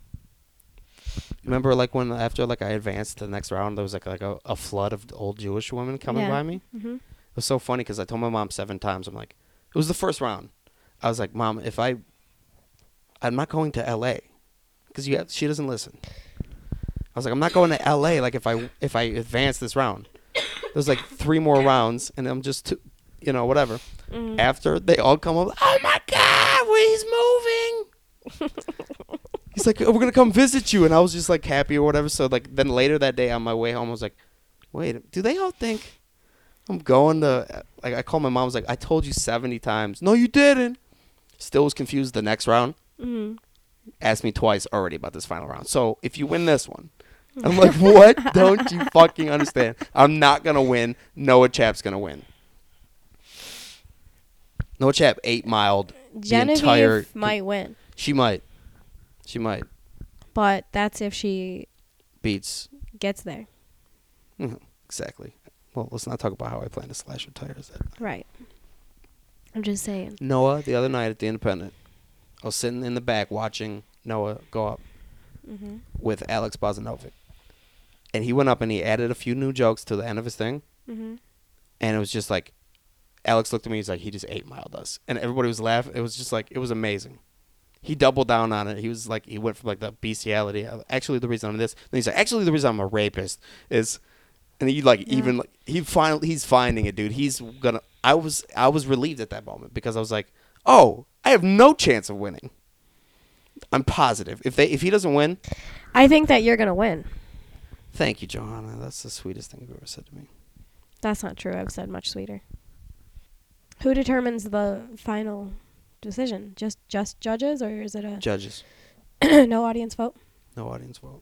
Remember like when after like I advanced to the next round, there was like like a, a flood of old Jewish women coming Yeah. by me. hmm It was so funny cuz I told my mom 7 times I'm like it was the first round. I was like, "Mom, if I I'm not going to LA cuz you have, she doesn't listen." I was like, "I'm not going to LA like if I if I advance this round." There's like three more rounds and I'm just too, you know, whatever. after they all come up, oh my god, well, he's moving. he's like, "Oh, we're gonna come visit you, and I was just like happy or whatever. So like then later that day on my way home, I was like, wait, do they all think I'm going to? Like I called my mom, I was like, I told you seventy times, no, you didn't. Still was confused. The next round, hmm asked me twice already about this final round. So if you win this one. I'm like, what? Don't you fucking understand? I'm not gonna win. Noah Chap's gonna win. Noah Chap eight miled Genevieve entire- might win, she might. She might. but that's if she Beats. gets there, Mhm, Exactly. Well, let's not talk about how I plan to slash her tires. That night. right? I'm just saying. Noah, the other night at the Independent, I was sitting in the back watching Noah go up hmm with Alex Bozanovic. And he went up and he added a few new jokes to the end of his thing. hmm And it was just like, Alex looked at me, he's like, he just eight miled us. And everybody was laughing. It was just like, it was amazing. He doubled down on it. He was like, he went from like the bestiality. Of, actually, the reason I'm this. Then he's like, actually, the reason I'm a rapist is, and he like Yeah. even like, he finally he's finding it, dude. He's gonna. I was I was relieved at that moment because I was like, oh, I have no chance of winning. I'm positive if they if he doesn't win, I think that you're gonna win. thank you, Johanna. That's the sweetest thing you've ever said to me. That's not true. I've said much sweeter. Who determines the final decision? Just just judges, or is it a Judges. no audience vote? No audience vote.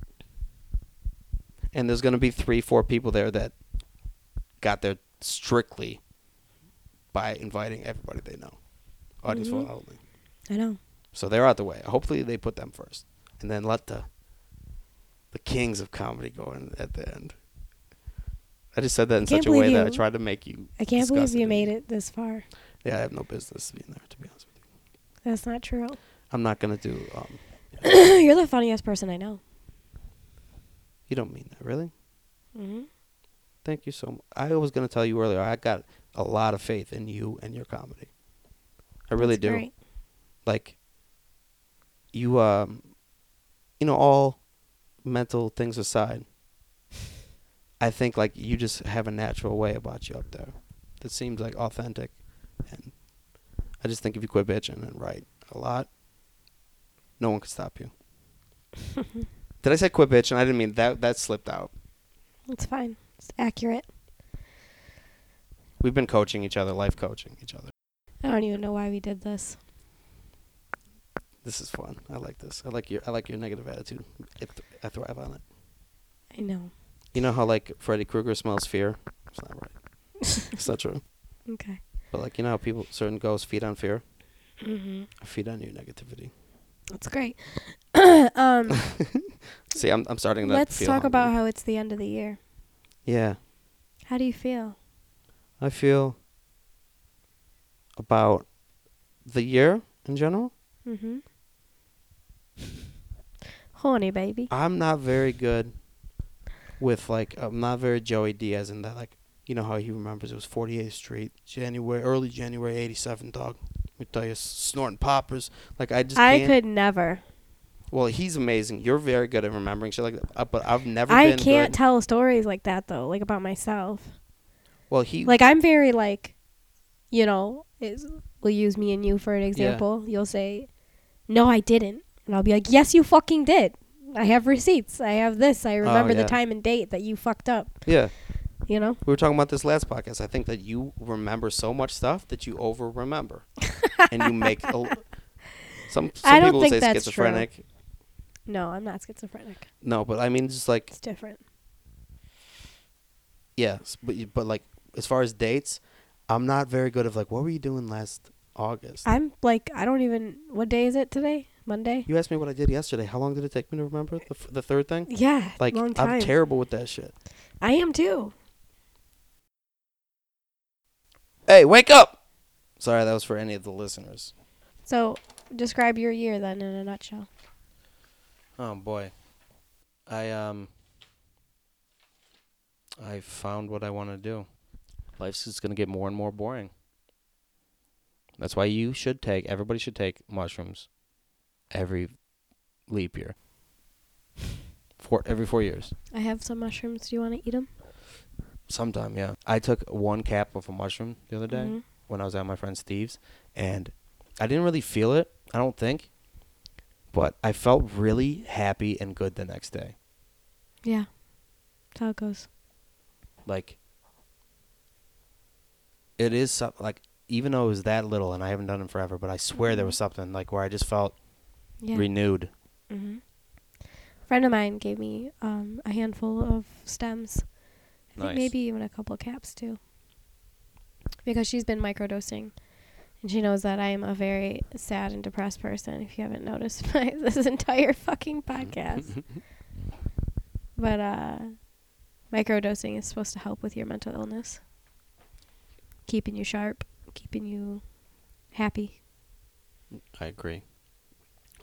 And there's going to be three, four people there that got there strictly by inviting everybody they know. Audience Mhm. vote only. I know. So they're out the way. Hopefully they put them first, and then let the the kings of comedy go in at the end. I just said that in can't such a way believe that I you- tried to make you. I can't discuss believe you and- made it this far. Yeah, I have no business being there. To be honest with you, That's not true. I'm not gonna do. Um, You're the funniest person I know. you don't mean that, really? Mm-hmm. Thank you so much. I was going to tell you earlier, I got a lot of faith in you and your comedy. I really do. Like, you, um, you know, all mental things aside, I think, like, you just have a natural way about you up there that seems like authentic. And I just think if you quit bitching and write a lot, no one can stop you. Did I say quit bitching? I didn't mean that. That slipped out. It's fine. It's accurate. We've been coaching each other, life coaching each other. I don't even know why we did this. This is fun. I like this. I like your. I like your negative attitude. I th- I thrive on it. I know. You know how like Freddy Krueger smells fear. It's not right. it's not true. Okay. But like you know how people certain ghosts feed on fear. Mm-hmm. I feed on your negativity. That's great. um, See, I'm I'm starting to let's feel talk hungry. about how it's the end of the year. Yeah, How do you feel? I feel about the year in general. Mm-hmm. Horny baby. I'm not very good with like I'm not very Joey Diaz in that like you know how he remembers it was 48th Street January early January 87 dog. Let me tell you, snorting poppers. Like I just I can't- could never. Well, he's amazing. You're very good at remembering shit like that, uh, but I've never. I been can't good. tell stories like that though, like about myself. well, he Like I'm very like, you know, is we'll use me and you for an example. You'll say, "No, I didn't," and I'll be like, "Yes, you fucking did. I have receipts. I have this. I remember Oh, yeah. the time and date that you fucked up." yeah. You know. We were talking about this last podcast. I think that you remember so much stuff that you over remember, and you make a, l- some. some I don't people would think say that's true. schizophrenic. No, I'm not schizophrenic. No, but I mean, just like It's different. yes, but you- but like as far as dates, I'm not very good of like what were you doing last August. I'm like I don't even. What day is it today? Monday. you asked me what I did yesterday. How long did it take me to remember the, f- the third thing? Yeah. Like long time. I'm terrible with that shit. I am too. Hey, wake up! Sorry, that was for any of the listeners. So describe your year then in a nutshell. Oh boy. I um I found what I want to do. Life's just going to get more and more boring. That's why you should take everybody should take mushrooms every leap year. Four every 4 years. I have some mushrooms. Do you want to eat them? Sometime, yeah. I took one cap of a mushroom the other day when I was at my friend Steve's, and I didn't really feel it. I don't think, but I felt really happy and good the next day. Yeah. That's how it goes. Like, it is some, like even though it was that little, and I haven't done it forever, but I swear there was something like where I just felt Yeah. renewed. hmm friend of mine gave me um, a handful of stems. I Nice. think maybe even a couple caps too. Because she's been microdosing. And she knows that I am a very sad and depressed person, if you haven't noticed by this entire fucking podcast. but uh, microdosing is supposed to help with your mental illness, keeping you sharp, keeping you happy. I agree.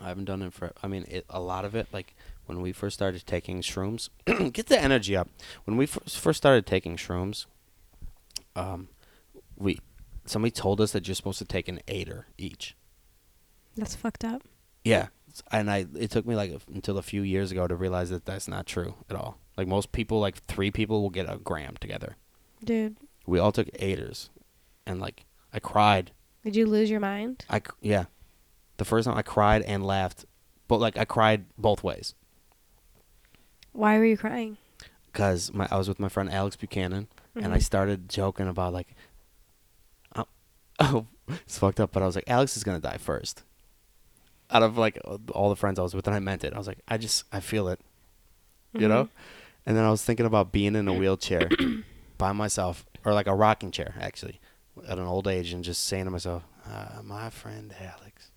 I haven't done it for. I mean, it, a lot of it, like when we first started taking shrooms, get the energy up. When we first first started taking shrooms, um, we somebody told us that you're supposed to take an eighter each. That's fucked up. Yeah, and I it took me like a, until a few years ago to realize that that's not true at all. Like most people, like three people will get a gram together. Dude, We all took eighters, and like I cried did you lose your mind? I c- yeah, the first time I cried and laughed, but like I cried both ways Why were you crying? because my I was with my friend Alex Buchanan and I Mhm. started joking about like, uh, oh, it's fucked up, but I was like Alex is gonna die first. Out of like all the friends I was with, and I meant it. I was like, I just I feel it, Mm-hmm. you know. And then I was thinking about being in a wheelchair by myself or like a rocking chair actually at an old age and just saying to myself, uh, my friend Alex.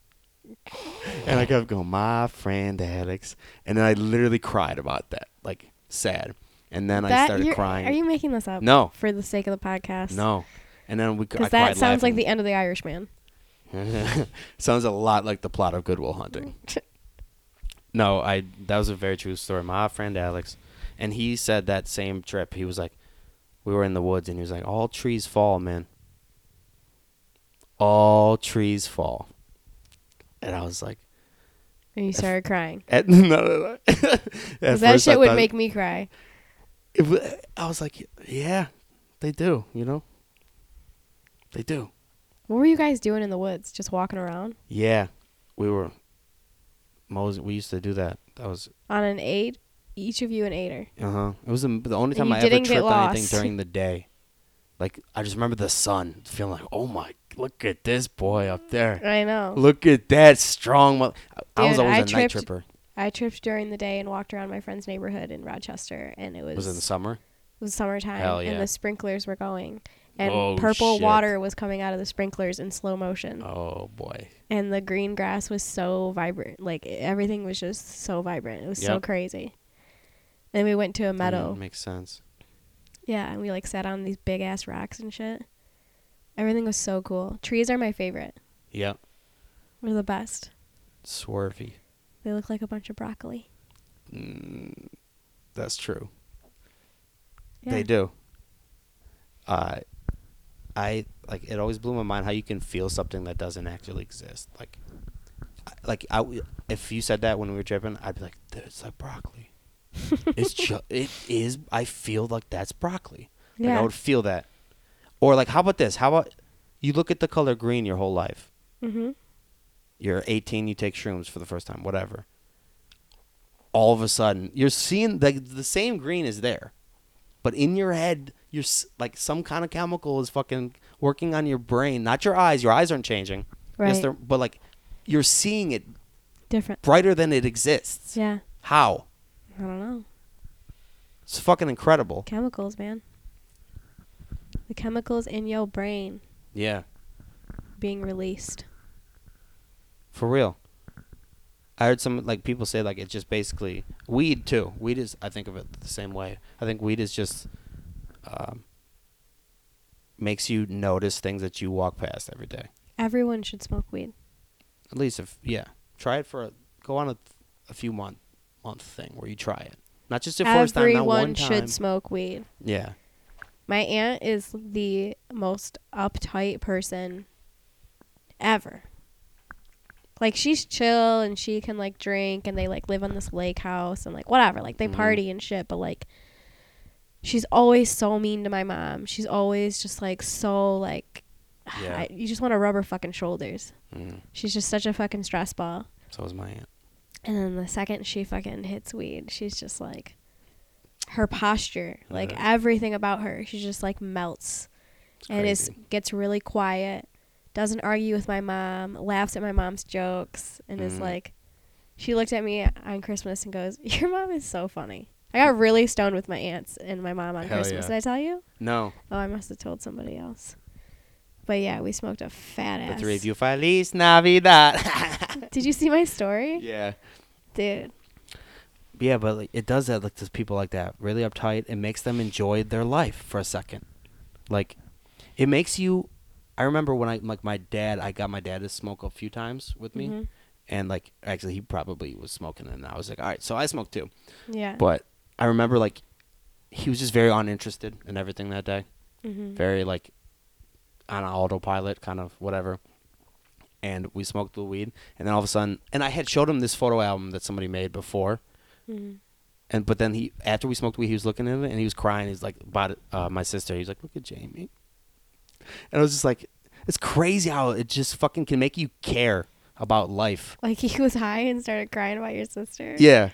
And I kept going, my friend Alex, and then I literally cried about that, like sad. And then I That started you're- crying. Are you making this up? No. For the sake of the podcast. No. And then we. Because Because that sounds like the end of the Irishman. the. sounds a lot like the plot of Goodwill Hunting. no, I. That was a very true story. My friend Alex, and he said that same trip. He was like, we were in the woods, and he was like, all trees fall, man. All trees fall. And I was like, And you started crying. at, no, no, no. At 'Cause that first I shit would thought- make me cry. It, wa- I was like, yeah, they do, you know? They do. What were you guys doing in the woods? Just walking around Yeah, we were. Mose, we used to do that. That was on an eight? Each of you an eighter. uh huh. It was the, the only And time you I ever didn't get tripped on lost. anything during the day. Like I just remember the sun, feeling like, oh my, look at this boy up there. I know. Look at that strong. Mo- I I was Oh. Dude, always I a night tripped- tripper. I tripped during the day and walked around my friend's neighborhood in Rochester, and it was Was it in the summer? it was summertime, Hell yeah. and the sprinklers were going, and Oh, purple shit. water was coming out of the sprinklers in slow motion, Oh boy. and the green grass was so vibrant, like e, everything was just so vibrant. It was so Yep. crazy. And we went to a meadow. Mm, makes sense. Yeah, and we like sat on these big ass rocks and shit. Everything was so cool. Trees are my favorite. Yep. They're the best. Swervy. They look like a bunch of broccoli. Mm, that's true. Yeah. They do. Uh, I like it always blew my mind how you can feel something that doesn't actually exist. Like, I- like I, w- if you said that when we were tripping, I'd be like, "Dude, it's like broccoli. it's ju- it is. I feel like that's broccoli. Like Yeah. I would feel that. Or like, how about this? How about you look at the color green your whole life? Mm-hmm. You're 18, you take shrooms for the first time, whatever. All of a sudden, you're seeing the, the same green is there, but in your head, you're s- like some kind of chemical is fucking working on your brain, not your eyes. Your eyes aren't changing, Right. they're- but like you're seeing it Different. brighter than it exists. Yeah. How? I don't know. It's fucking incredible. Chemicals, man. The chemicals in your brain Yeah, being released. for real. I heard some like people say like it's just basically weed too. Weed is I think of it the same way. I think weed is just um, makes you notice things that you walk past every day. Everyone should smoke weed. At least if yeah, try it for a, go on a, a few month month thing where you try it. Not just your first time, not one Everyone time. should smoke weed. yeah, My aunt is the most uptight person ever. Like she's chill and she can like drink and they like live on this lake house and like whatever, like they Mhm. party and shit, but like she's always so mean to my mom. She's always just like so like Yeah. I, you just want to rub her fucking shoulders. mm, She's just such a fucking stress ball. so was my aunt. And then the second she fucking hits weed, she's just like her posture, like Right. everything about her, she just like melts It's and is crazy. gets really quiet, doesn't argue with my mom, laughs at my mom's jokes, and is Mm. like, she looked at me on Christmas and goes, "Your mom is so funny." I got really stoned with my aunts and my mom on Hell Christmas. yeah. Did I tell you? no Oh, I must have told somebody else. But yeah, we smoked a fat ass. the three of you. Feliz Navidad. Did you see my story, yeah. dude? Yeah, but like, it does that. Like those people like that, really uptight. It makes them enjoy their life for a second. Like, it makes you. I remember when I like my dad. I got my dad to smoke a few times with me, Mhm. and like actually he probably was smoking, and I was like, all right, so I smoke too. Yeah. But I remember like he was just very uninterested in everything that day. Mhm. Very like on autopilot, kind of whatever. And we smoked the weed, and then all of a sudden, and I had showed him this photo album that somebody made before Mhm. and but then he after we smoked weed, he was looking at it and he was crying. He's like about uh, my sister. He was like, look at Jamie, and I was just like, it's crazy how it just fucking can make you care about life. Like he was high and started crying about your sister. Yeah,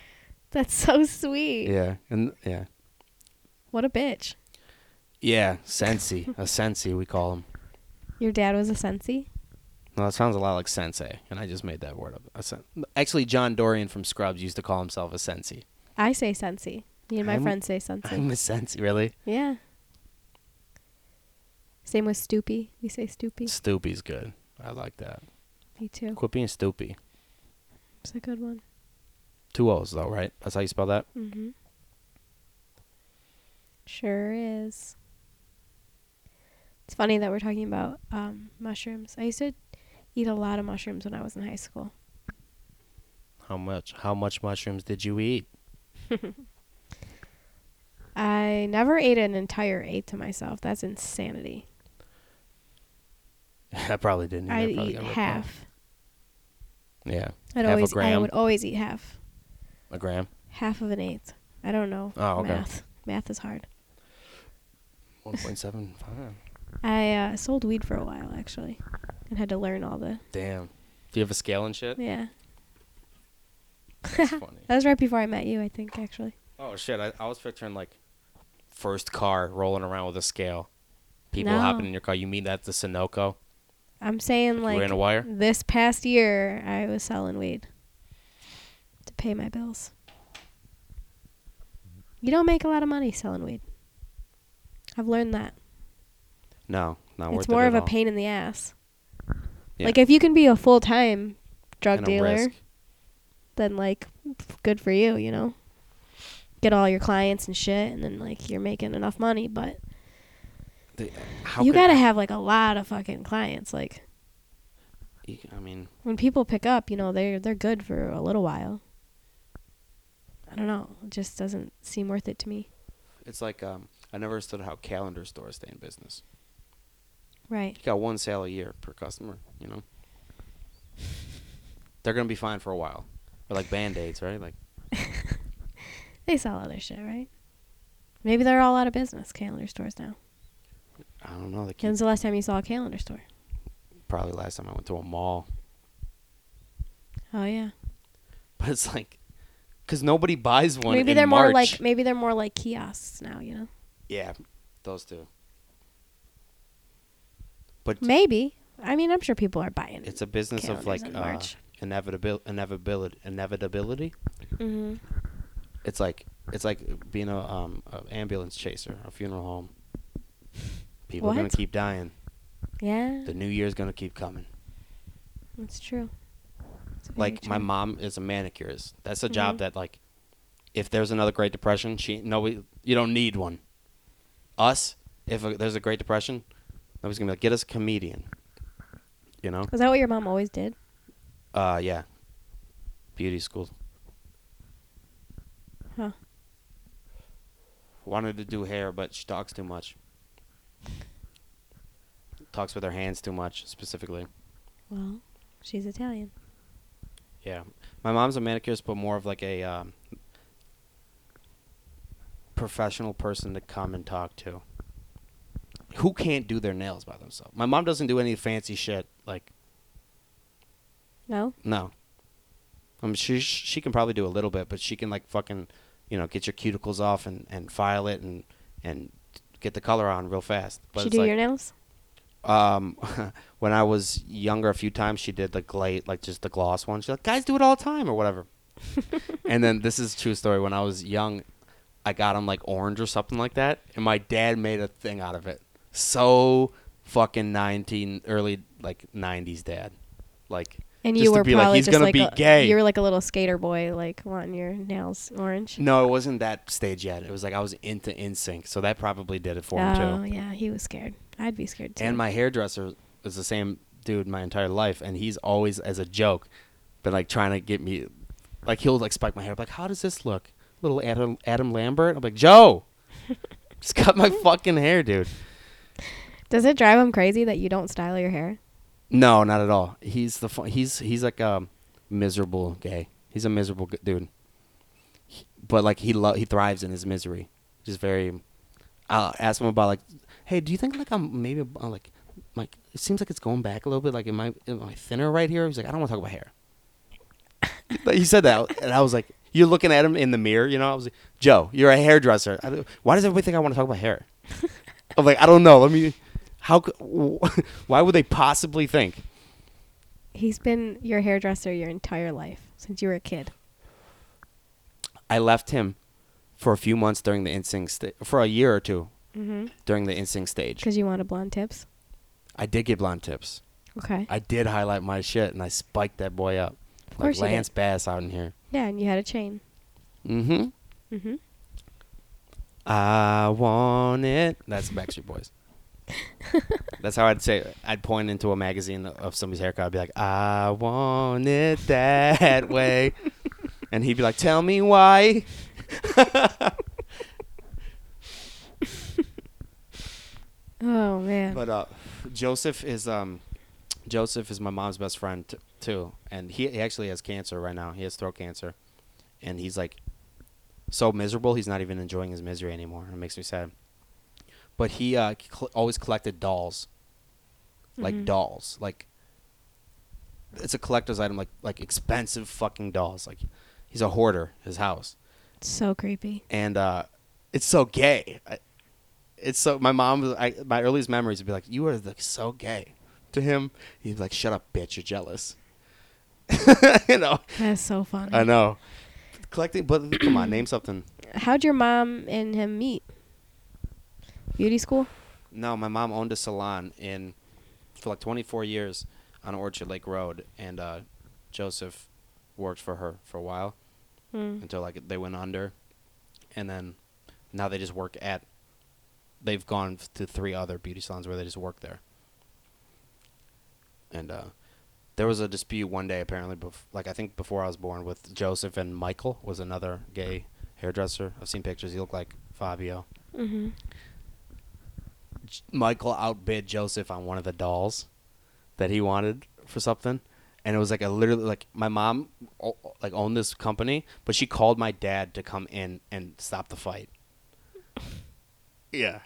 That's so sweet. yeah, and yeah, What a bitch. yeah. Sensi, a sensi, we call him. Your dad was a sensei. No, that sounds a lot like sensei, and I just made that word up. A sen- Actually, John Dorian from Scrubs used to call himself a sensi. I say Sensi. Me and my I'm- friends say Sensi. I'm a sensi, really. yeah. Same with Stoopy. We say Stoopy. Stoopy's good. I like that. Me too. Quit being stoopy. It's a good one. Two O's though, right? That's how you spell that. Mm-hmm. Sure is. It's funny that we're talking about um, mushrooms. I used to eat a lot of mushrooms when I was in high school. How much? How much mushrooms did you eat? I never ate an entire eight to myself. That's insanity. I probably didn't. either. I I'd probably eat got ripped off. half. Yeah, Half I'd a always, I gram? would always eat half. a gram. Half of an eighth. I don't know. Oh, okay. Math. Math is hard. One point seven five. I uh, sold weed for a while actually, and had to learn all the Damn. Do you have a scale and shit? yeah. That's funny. That was right before I met you, I think actually. Oh shit! I, I was picturing like first car rolling around with a scale. People hopping No. in your car. You mean that's the Sunoco? I'm saying Like, like ran a wire. this past year I was selling weed to pay my bills. You don't make a lot of money selling weed. I've learned that. No, not worth it's it more at of a all. pain in the ass. Yeah. Like if you can be a full time drug And a dealer, risk. then like good for you, you know. Get all your clients and shit and then like you're making enough money, but The- how you could- got to have like a lot of fucking clients. Like you- I mean, when people pick up, you know, they're they're good for a little while. I don't know. It just doesn't seem worth it to me. it's like um, I never understood how calendar stores stay in business. Right. You got one sale a year per customer. You know, they're gonna be fine for a while. Or like band aids, right? Like They sell other shit, right? Maybe they're all out of business, calendar stores now. I don't know. They keep When's the last time you saw a calendar store? probably last time I went to a mall, Oh yeah. but it's like because nobody buys one. maybe in they're more March. like maybe they're more like kiosks now, you know. yeah, those two. But Maybe. I mean, I'm sure people are buying it. it's a business of Calendars like in uh, March. inevitabil inevitability, inevitability. Mhm. It's like it's like being a um a ambulance chaser, a funeral home. People are gonna What? keep dying. Yeah, The new year's gonna keep coming. that's true. It's very Like my true. mom is a manicurist. That's a Mm-hmm. job that like, if there's another Great Depression, she no we, you don't need one. Us, if a, there's a Great Depression, nobody's gonna be like get us a comedian. You know. Is that what your mom always did? Uh, yeah. Beauty school. Huh. Wanted to do hair, but she talks too much. Talks with her hands too much, specifically. Well, she's Italian. Yeah. My mom's a manicurist, but more of like a um, professional person to come and talk to. Who can't do their nails by themselves? My mom doesn't do any fancy shit. Like, No? No. I mean, she she can probably do a little bit, but she can like fucking, you know, get your cuticles off and, and file it and and get the color on real fast. But she it's do like, your nails? um, when I was younger, a few times she did the glate, like just the gloss one. She's like, guys do it all the time or whatever. and then this is a true story. When I was young, I got them like orange or something like that, and my dad made a thing out of it. So fucking nineteen, early like nineties dad, like. And just you to were be probably like, he's just gonna like be a, gay. You were like a little skater boy, like wanting your nails orange. No, it wasn't that stage yet. It was like I was into NSYNC, so that probably did it for oh him too. yeah, he was scared. I'd be scared too. And my hairdresser is the same dude my entire life, and he's always as a joke, been like trying to get me, like he'll like spike my hair, like how does this look, little Adam Adam Lambert? I'm like Joe, just cut my fucking hair, dude. Does it drive him crazy that you don't style your hair? No, not at all. He's the fu- he's he's like a miserable gay. He's a miserable g- dude. He- but like he lo- he thrives in his misery. Just very. I'll ask him about like, hey, do you think like I'm maybe uh, like, like it seems like it's going back a little bit. Like am I am I thinner right here? He's like, I don't want to talk about hair. but he said that, and I was like, you're looking at him in the mirror, you know. I was like, Joe, you're a hairdresser. I don't- why does everybody think I want to talk about hair? I'm like, I don't know. Let me. How? c- Why would they possibly think? He's been your hairdresser your entire life since you were a kid. I left him for a few months during the NSYNC sta- for a year or 2 Mm-hmm. during the NSYNC stage. Because you wanted blonde tips. I did get blonde tips. Okay. I did highlight my shit and I spiked that boy up. course Like you did. Lance Bass out in here. yeah, and you had a chain. Mm-hmm. Mhm. I want it. That's Backstreet Boys. That's how I'd say. It. I'd point into a magazine of somebody's haircut. I'd be like, "I want it that way," and he'd be like, "Tell me why." Oh man. But uh, Joseph is um, Joseph is my mom's best friend t- too, and he, he actually has cancer right now. He has throat cancer, and he's like so miserable. He's not even enjoying his misery anymore. It makes me sad. but he uh, cl- always collected dolls, like dolls, like it's a collector's item, like like expensive fucking dolls. Like he's a hoarder. His house So creepy. and uh, it's so gay. I, it's so my mom. was- I, my earliest memories would be like, "You are like so gay." To him, he'd be like, "Shut up, bitch! You're jealous." you know. That's so funny. I know. Collecting, but come on, name something. How'd your mom and him meet? Beauty school? No, my mom owned a salon in for like 24 years on Orchard Lake Road, and uh, Joseph worked for her for a while Mm. until like they went under, and then now they just work at. They've gone f- to three other beauty salons where they just work there. And uh, there was a dispute one day apparently, bef- like I think before I was born, with Joseph and Michael was another gay hairdresser. I've seen pictures; he looked like Fabio. hmm J- Michael outbid Joseph on one of the dolls that he wanted for something, and it was like a literally like my mom o- like owned this company, but she called my dad to come in and stop the fight. Yeah,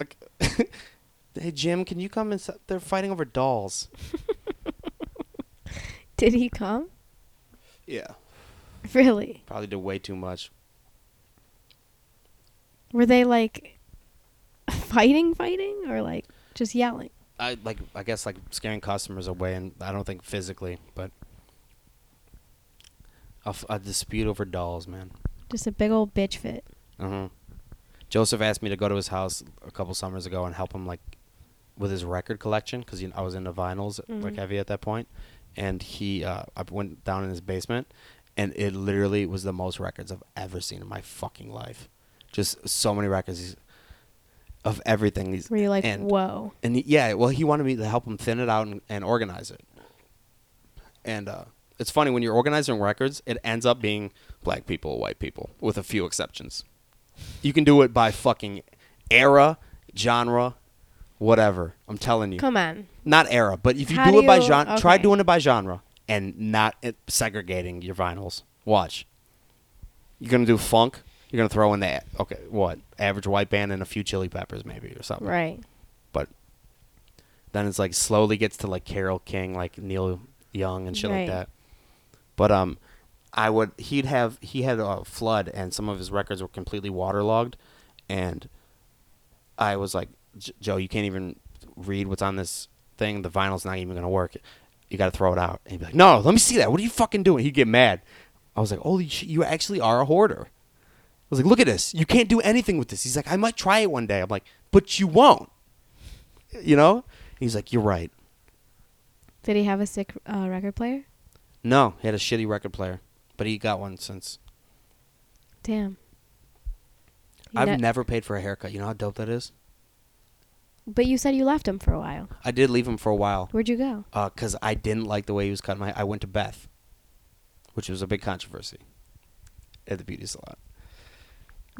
like, hey Jim, can you come and s- they're fighting over dolls? Did he come? Yeah, Really? probably did way too much. Were they like fighting, fighting, or like just yelling? I like I guess like scaring customers away, and I don't think physically, but a, f- a dispute over dolls, man. Just a big old bitch fit. Uh-huh. Joseph asked me to go to his house a couple summers ago and help him like with his record collection because you know, I was into vinyls like Mhm. heavy at that point, and he uh, I went down in his basement, and it literally was the most records I've ever seen in my fucking life, just so many records he's, of everything. He's Were you like, and, whoa? and he- yeah, well, he wanted me to help him thin it out and, and organize it. And uh, it's funny when you're organizing records, it ends up being black people, white people, with a few exceptions. You can do it by fucking era, genre, whatever. I'm telling you, Come on. not era, but if you How do it do by you- genre, try okay. doing it by genre and not it, segregating your vinyls. Watch. You're gonna do funk. You're gonna throw in that. Okay, what? Average white band and a few Chili Peppers, maybe, or something Right. but then it's like slowly gets to like Carol King, like Neil Young and shit like Right. that. But um, I would he'd have he had a flood and some of his records were completely waterlogged, and I was like, "J- Joe, you can't even read what's on this thing. The vinyl's not even gonna work. You got to throw it out. And he'd be like, No, let me see that. What are you fucking doing? He'd get mad. I was like, Holy shit, you actually are a hoarder. I was like, Look at this. You can't do anything with this. He's like, I might try it one day. I'm like, But you won't you know? He's like, you're right. Did he have a sick uh, record player? No, he had a shitty record player, but he got one since. Damn. You I've ne- never paid for a haircut. You know how dope that is? But you said you left him for a while. I did leave him for a while Where'd you go? because I didn't like the way he was cutting my. I went to Beth, which was a big controversy at the beauty salon.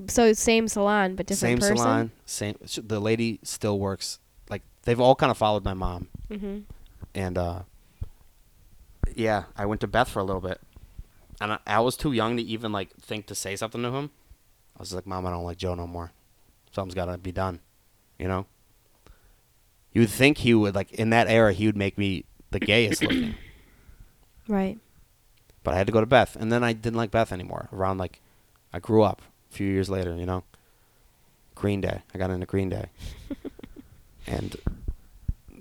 So same salon, but different same person. salon, same. sh- The lady still works. Like they've all kind of followed my mom, Mm-hmm. and uh, yeah, I went to Beth for a little bit, and I, I was too young to even like think to say something to him. I was like, Mom, I don't like Joe no more. Something's got to be done, you know. You would think he would like in that era he would make me the gayest looking, Right. but I had to go to Beth, and then I didn't like Beth anymore. Around like, I grew up a few years later, you know. Green Day, I got into Green Day, and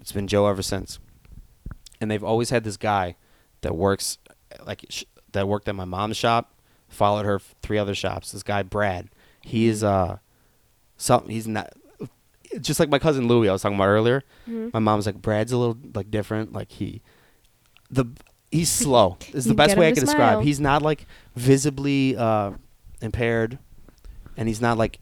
it's been Joe ever since. And they've always had this guy that works, like sh- that worked at my mom's shop, followed her f- three other shops. This guy Brad, he is uh, some he's not. Just like my cousin Louie, I was talking about earlier, Mm-hmm. my mom's like Brad's a little like different. Like he, the he's slow. Is the You best get way I him can to describe. smile. He's not like visibly uh, impaired, and he's not like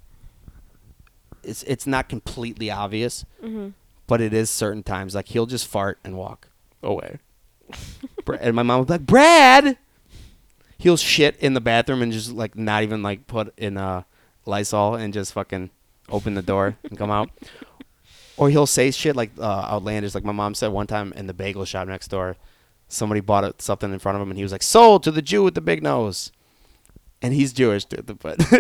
it's it's not completely obvious, Mm-hmm. but it is certain times. Like he'll just fart and walk away. Bra- and my mom was like, "Brad," he'll shit in the bathroom and just like not even like put in uh, Lysol and just fucking open the door and come out. Or he'll say shit like uh, outlandish. Like my mom said one time in the bagel shop next door, somebody bought it- something in front of him and he was like, "Sold to the Jew with the big nose," and he's Jewish, dude, but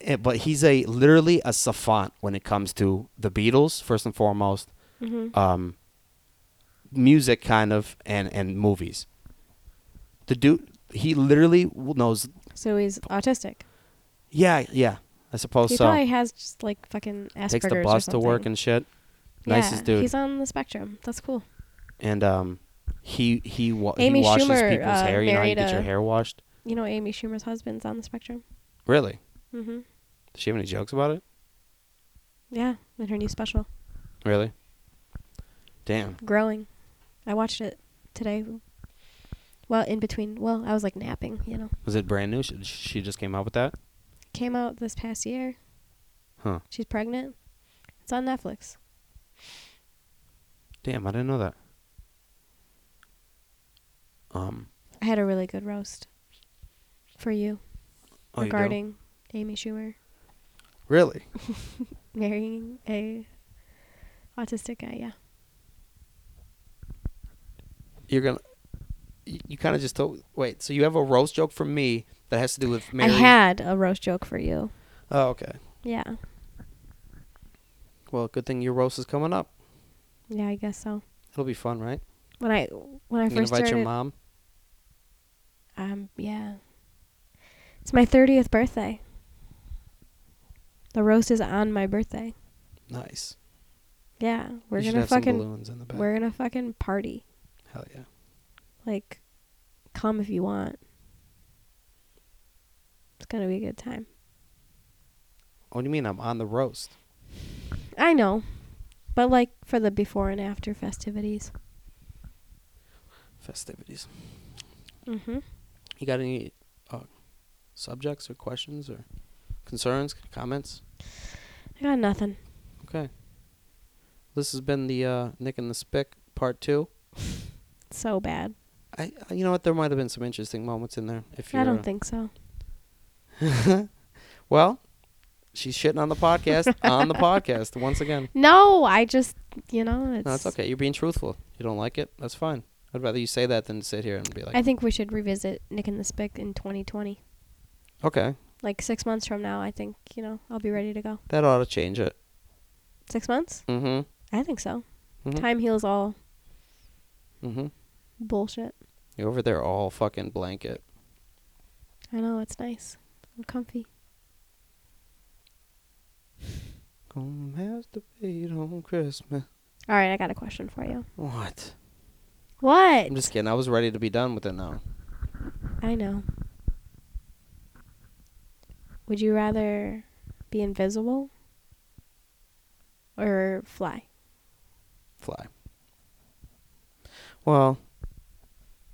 eh, but he's a literally a savant when it comes to the Beatles first and foremost, um, music kind of and and movies. The dude, he literally w- knows. So he's autistic. Yeah, yeah, I suppose He so. probably has just like fucking Asperger's. Takes the or bus to work something. and shit. yeah, Nicest dude. He's on the spectrum. That's cool. and um, he he wa- Amy he washes Schumer, people's uh, hair. You know, how you married get your a- hair washed. You know, Amy Schumer's husband's on the spectrum. Really? hmm Does she have any jokes about it? Yeah, in her new special, Really? Damn. growing. I watched it today. Well, in between, well, I was like napping. You know, Was it brand new? She, she just came out with that? came out this past year. Huh. She's pregnant. It's on Netflix. Damn, I didn't know that. Um. I had a really good roast for you oh, you do? regarding Amy Schumer Really? marrying a autistic guy. Yeah. You're gonna. You, you kind of just told. Wait. So you have a roast joke from me that has to do with Mary? I had a roast joke for you. Oh, okay. Yeah. Well, good thing your roast is coming up. Yeah, I guess so. It'll be fun, right? When I when I You gonna first invite started, your mom. um, yeah, it's my thirtieth birthday. The roast is on my birthday. Nice. Yeah, we're You should gonna have some fucking balloons in the back. we're gonna fucking party. Hell yeah. Like, come if you want. It's gonna be a good time. What do Oh, you mean? I'm on the roast. I know, but like for the before and after festivities. Festivities. Mm-hmm. You got any uh, subjects or questions or concerns, comments? I got nothing. Okay. This has been the uh, Nick and the Spick part two. So bad. I, I- you know what? There might have been some interesting moments in there. If you're, I don't uh, think so. Well, she's shitting on the podcast on the podcast once again. No, I just you know it's. No, it's okay. You're being truthful. You don't like it? That's fine. I'd rather you say that than sit here and be like, I think we should revisit Nick and the Spick in 2020. okay, Like six months from now, I think you know I'll be ready to go. that ought to change it. Six months? Mm-hmm. I think so. Mhm. Time heals all Mm-hmm. bullshit. You're over there all fucking blanket. I know it's nice. I'm comfy. Gonna masturbate on Christmas. All right, I got a question for you. What? What? I'm just kidding. I was ready to be done with it now. I know. Would you rather be invisible or fly? Fly. Well,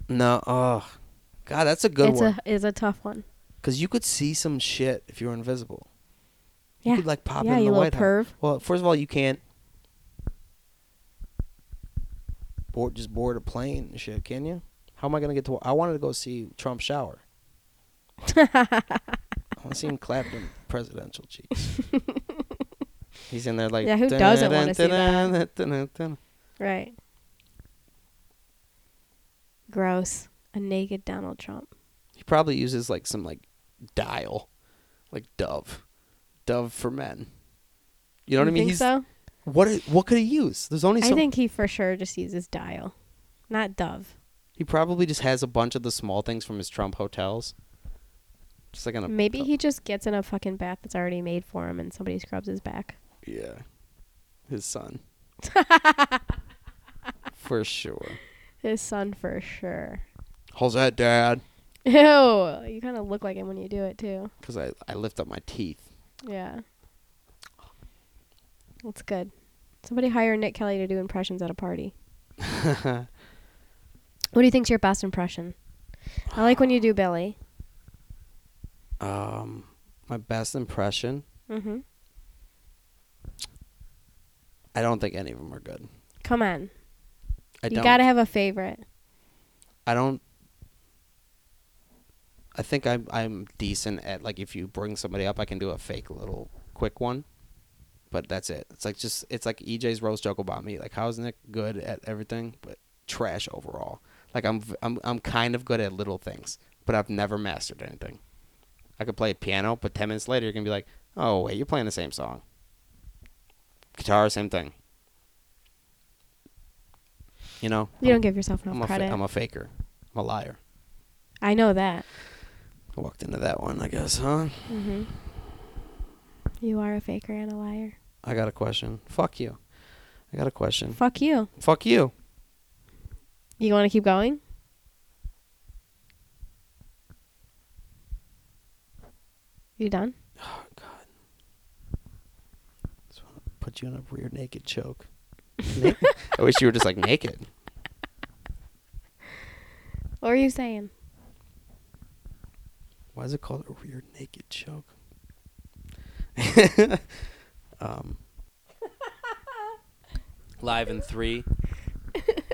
no. Oh, God, that's a good it's one. a is a tough one. Because you could see some shit if you were invisible. Yeah. You could like pop yeah, in you the little White House. perv. Well, first of all, you can't board just board a plane and shit, can you? How am I gonna get to? I wanted to go see Trump shower. I want to see him clap in presidential cheeks. He's in there like Yeah, who doesn't wanna see that? that? Right. Gross. A naked Donald Trump. He probably uses like some like dial, like Dove, Dove for men. You know what I mean? Think He's so? what? What could he use? There's only I so. think he for sure just uses dial, not Dove. he probably just has a bunch of the small things from his Trump hotels. Just like on a Maybe he just gets in a fucking bath that's already made for him, and somebody scrubs his back. Yeah, his son. for sure. His son for sure. How's that, Dad? Ew, you kind of look like him when you do it too. Because I I lift up my teeth. Yeah, that's good. Somebody hire Nick Kelly to do impressions at a party. what do you think's your best impression? I like when you do Billy. Um, my best impression. Mm-hmm. I don't think any of them are good. Come on, I you don't. gotta have a favorite. I don't. I think I'm I'm decent at like if you bring somebody up, I can do a fake little quick one, but that's it. It's like just it's like E EJ's roast joke about me. Like how's Nick good at everything, but trash overall. Like I'm v- I'm I'm kind of good at little things, but I've never mastered anything. I could play piano, but 10 minutes later, you're going to be like, oh, wait, you're playing the same song. Guitar, same thing. You know, You don't give yourself I'm enough a, fa- credit. I'm a faker. I'm a liar. I know that. I walked into that one, I guess, huh? hmm You are a faker and a liar. I got a question. Fuck you. I got a question. Fuck you. Fuck you. You want to keep going? You done? Oh, God. Just want to put you in a weird naked choke. Na- I wish you were just like naked. What were you saying? Why is it called a weird naked choke? um, live in three,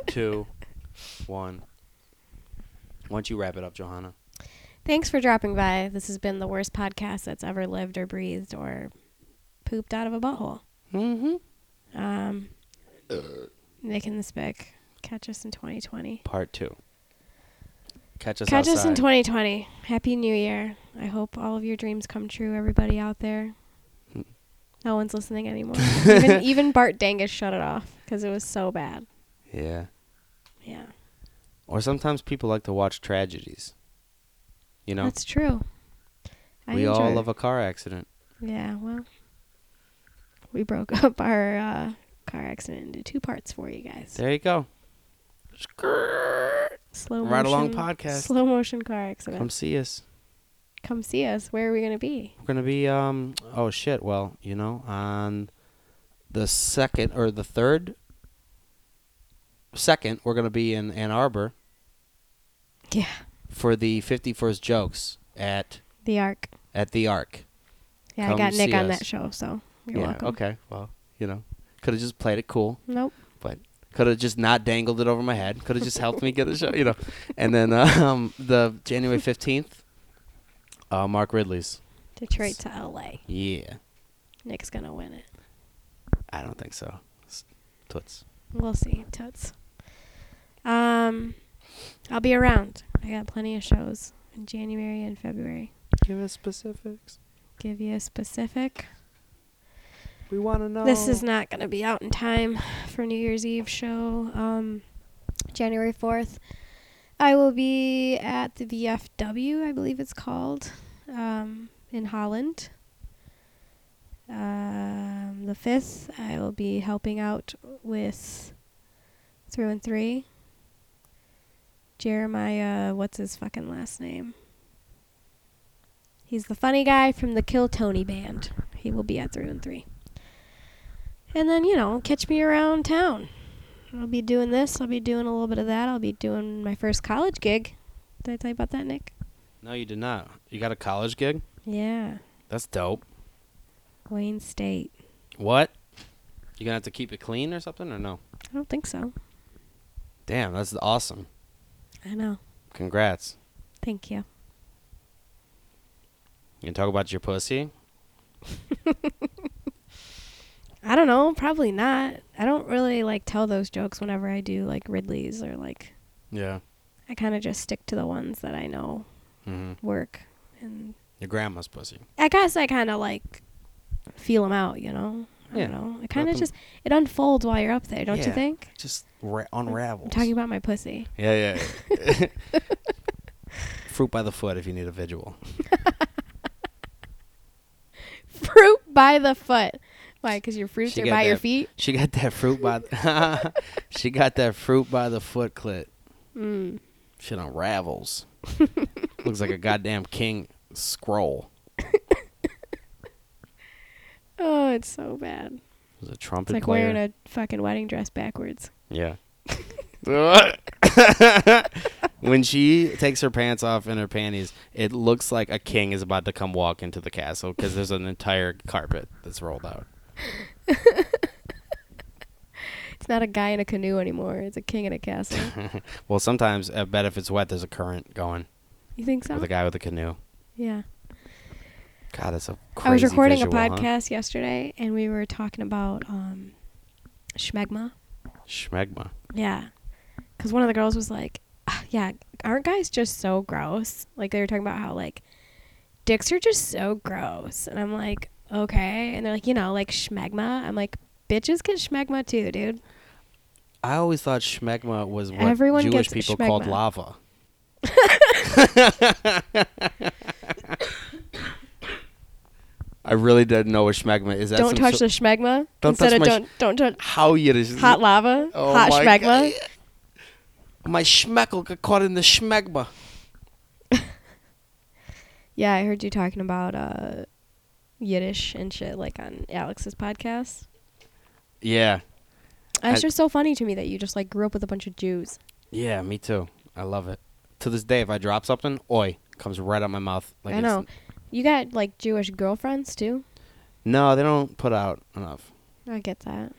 two, one. Why don't you wrap it up, Johanna? Thanks for dropping by. This has been the worst podcast that's ever lived or breathed or pooped out of a butthole. Mm-hmm. Um, Nick and the Spick. Catch us in 2020. Part two. Catch us Catch outside. us in 2020. Happy New Year. I hope all of your dreams come true, everybody out there. Hmm. No one's listening anymore. even, even Bart Dangus shut it off because it was so bad. yeah. Yeah. Or sometimes people like to watch tragedies. You know, That's true. I we enjoy all it. love a car accident. Yeah, well, we broke up our uh, car accident into two parts for you guys. There you go. Slow Ride along motion- podcast. Slow motion car accident. Come see us. Come see us. Where are we gonna be? We're gonna be um oh shit, well, you know, on the second or the third second, we're gonna be in Ann Arbor Yeah, for the fifty first jokes at the Ark. at the Arc. Yeah, Come I got Nick see on us. that show, so you're yeah, welcome. okay. Well, you know. Could have just played it cool. Nope. Could have just not dangled it over my head. Could have just helped me get a show, you know. And then um the January fifteenth, uh Mark Ridley's. Detroit to L.A. Yeah. Nick's gonna win it. I don't think so. S- Toots. We'll see, toots. Um, I'll be around. I got plenty of shows in January and February. Give us specifics. Give you a specific. We wanna know This is not going to be out in time for New Year's Eve show. Um, January 4th. I will be at the VFW, I believe it's called, um, in Holland. Um, the 5th, I will be helping out with Through and Three. Jeremiah, what's his fucking last name? He's the funny guy from the Kill Tony band. He will be at Through and Three. And then, you know, catch me around town. I'll be doing this. I'll be doing a little bit of that. I'll be doing my first college gig. Did I tell you about that, Nick? No, you did not. You got a college gig? Yeah. That's dope. Wayne State. What? You gonna have to keep it clean or something or no? I don't think so. Damn, that's awesome. I know. Congrats. Thank you. You can talk about your pussy. I don't know. Probably not. I don't really like tell those jokes whenever I do like Ridley's or like Yeah. I kind of just stick to the ones that I know Mm-hmm. work. And Your grandma's pussy. I guess I kind of like feel them out, you know? I Yeah. don't know. It kind of Nothing- just it unfolds while you're up there, don't you Yeah. think? Just ra- unravels. I'm talking about my pussy. yeah, yeah. yeah. Fruit by the foot if you need a visual. fruit by the foot. Why? Because your fruits She are got by your that- feet. She got that fruit by the She got that fruit by the foot clit. Mm. Shit unravels. Looks like a goddamn king scroll. Oh, it's so bad. It was a It's trumpet like player. wearing a fucking wedding dress backwards. Yeah. when she takes her pants off and her panties, it looks like a king is about to come walk into the castle because there's an entire carpet that's rolled out. It's not a guy in a canoe anymore. It's a king in a castle. Well, sometimes I bet if it's wet, there's a current going You think so? with a guy with a canoe. yeah. God, that's a crazy. I was recording visual, a huh? podcast yesterday, and we were talking about um, schmegma. Schmegma. Yeah. Because one of the girls was like, "Ah, yeah, aren't guys just so gross? Like, they were talking about how, like, dicks are just so gross. And I'm like, okay. And they're like, you know, like schmegma. I'm like, bitches get schmegma too, dude. I always thought schmegma was what Everyone Jewish gets people called schmegma. lava. I really didn't know what schmegma is. That's don't some touch so- the schmegma. Don't Instead touch of my sh- don't don't touch How you just hot lava, Oh hot my schmegma. My schmeckle got caught in the schmegma. Yeah, I heard you talking about uh, Yiddish and shit like on Alex's podcast. Yeah, It's I- just so funny to me that you just like grew up with a bunch of Jews. yeah, me too. I love it. To this day, if I drop something, oi, comes right out my mouth. Like I it's- know. You got like Jewish girlfriends too. No, they don't put out enough. I get that.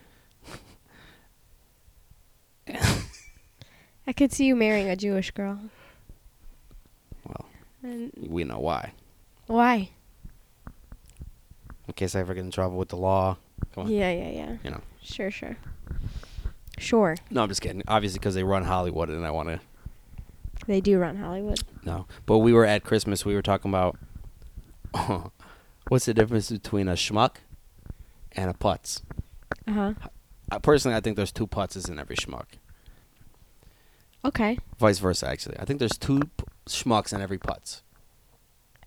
I could see you marrying a Jewish girl. Well. And We know why. why? In case I ever get in trouble with the law. Come on. Yeah, yeah, yeah. You know. Sure, sure. Sure. No, I'm just kidding. Obviously, because they run Hollywood, and I want to They do run Hollywood. know. But we were at Christmas. We were talking about what's the difference between a schmuck and a putz. Uh Uh-huh. huh. I, personally, I think there's two putzes in every schmuck. Okay. Vice versa, actually. I think there's two p- schmucks in every putz.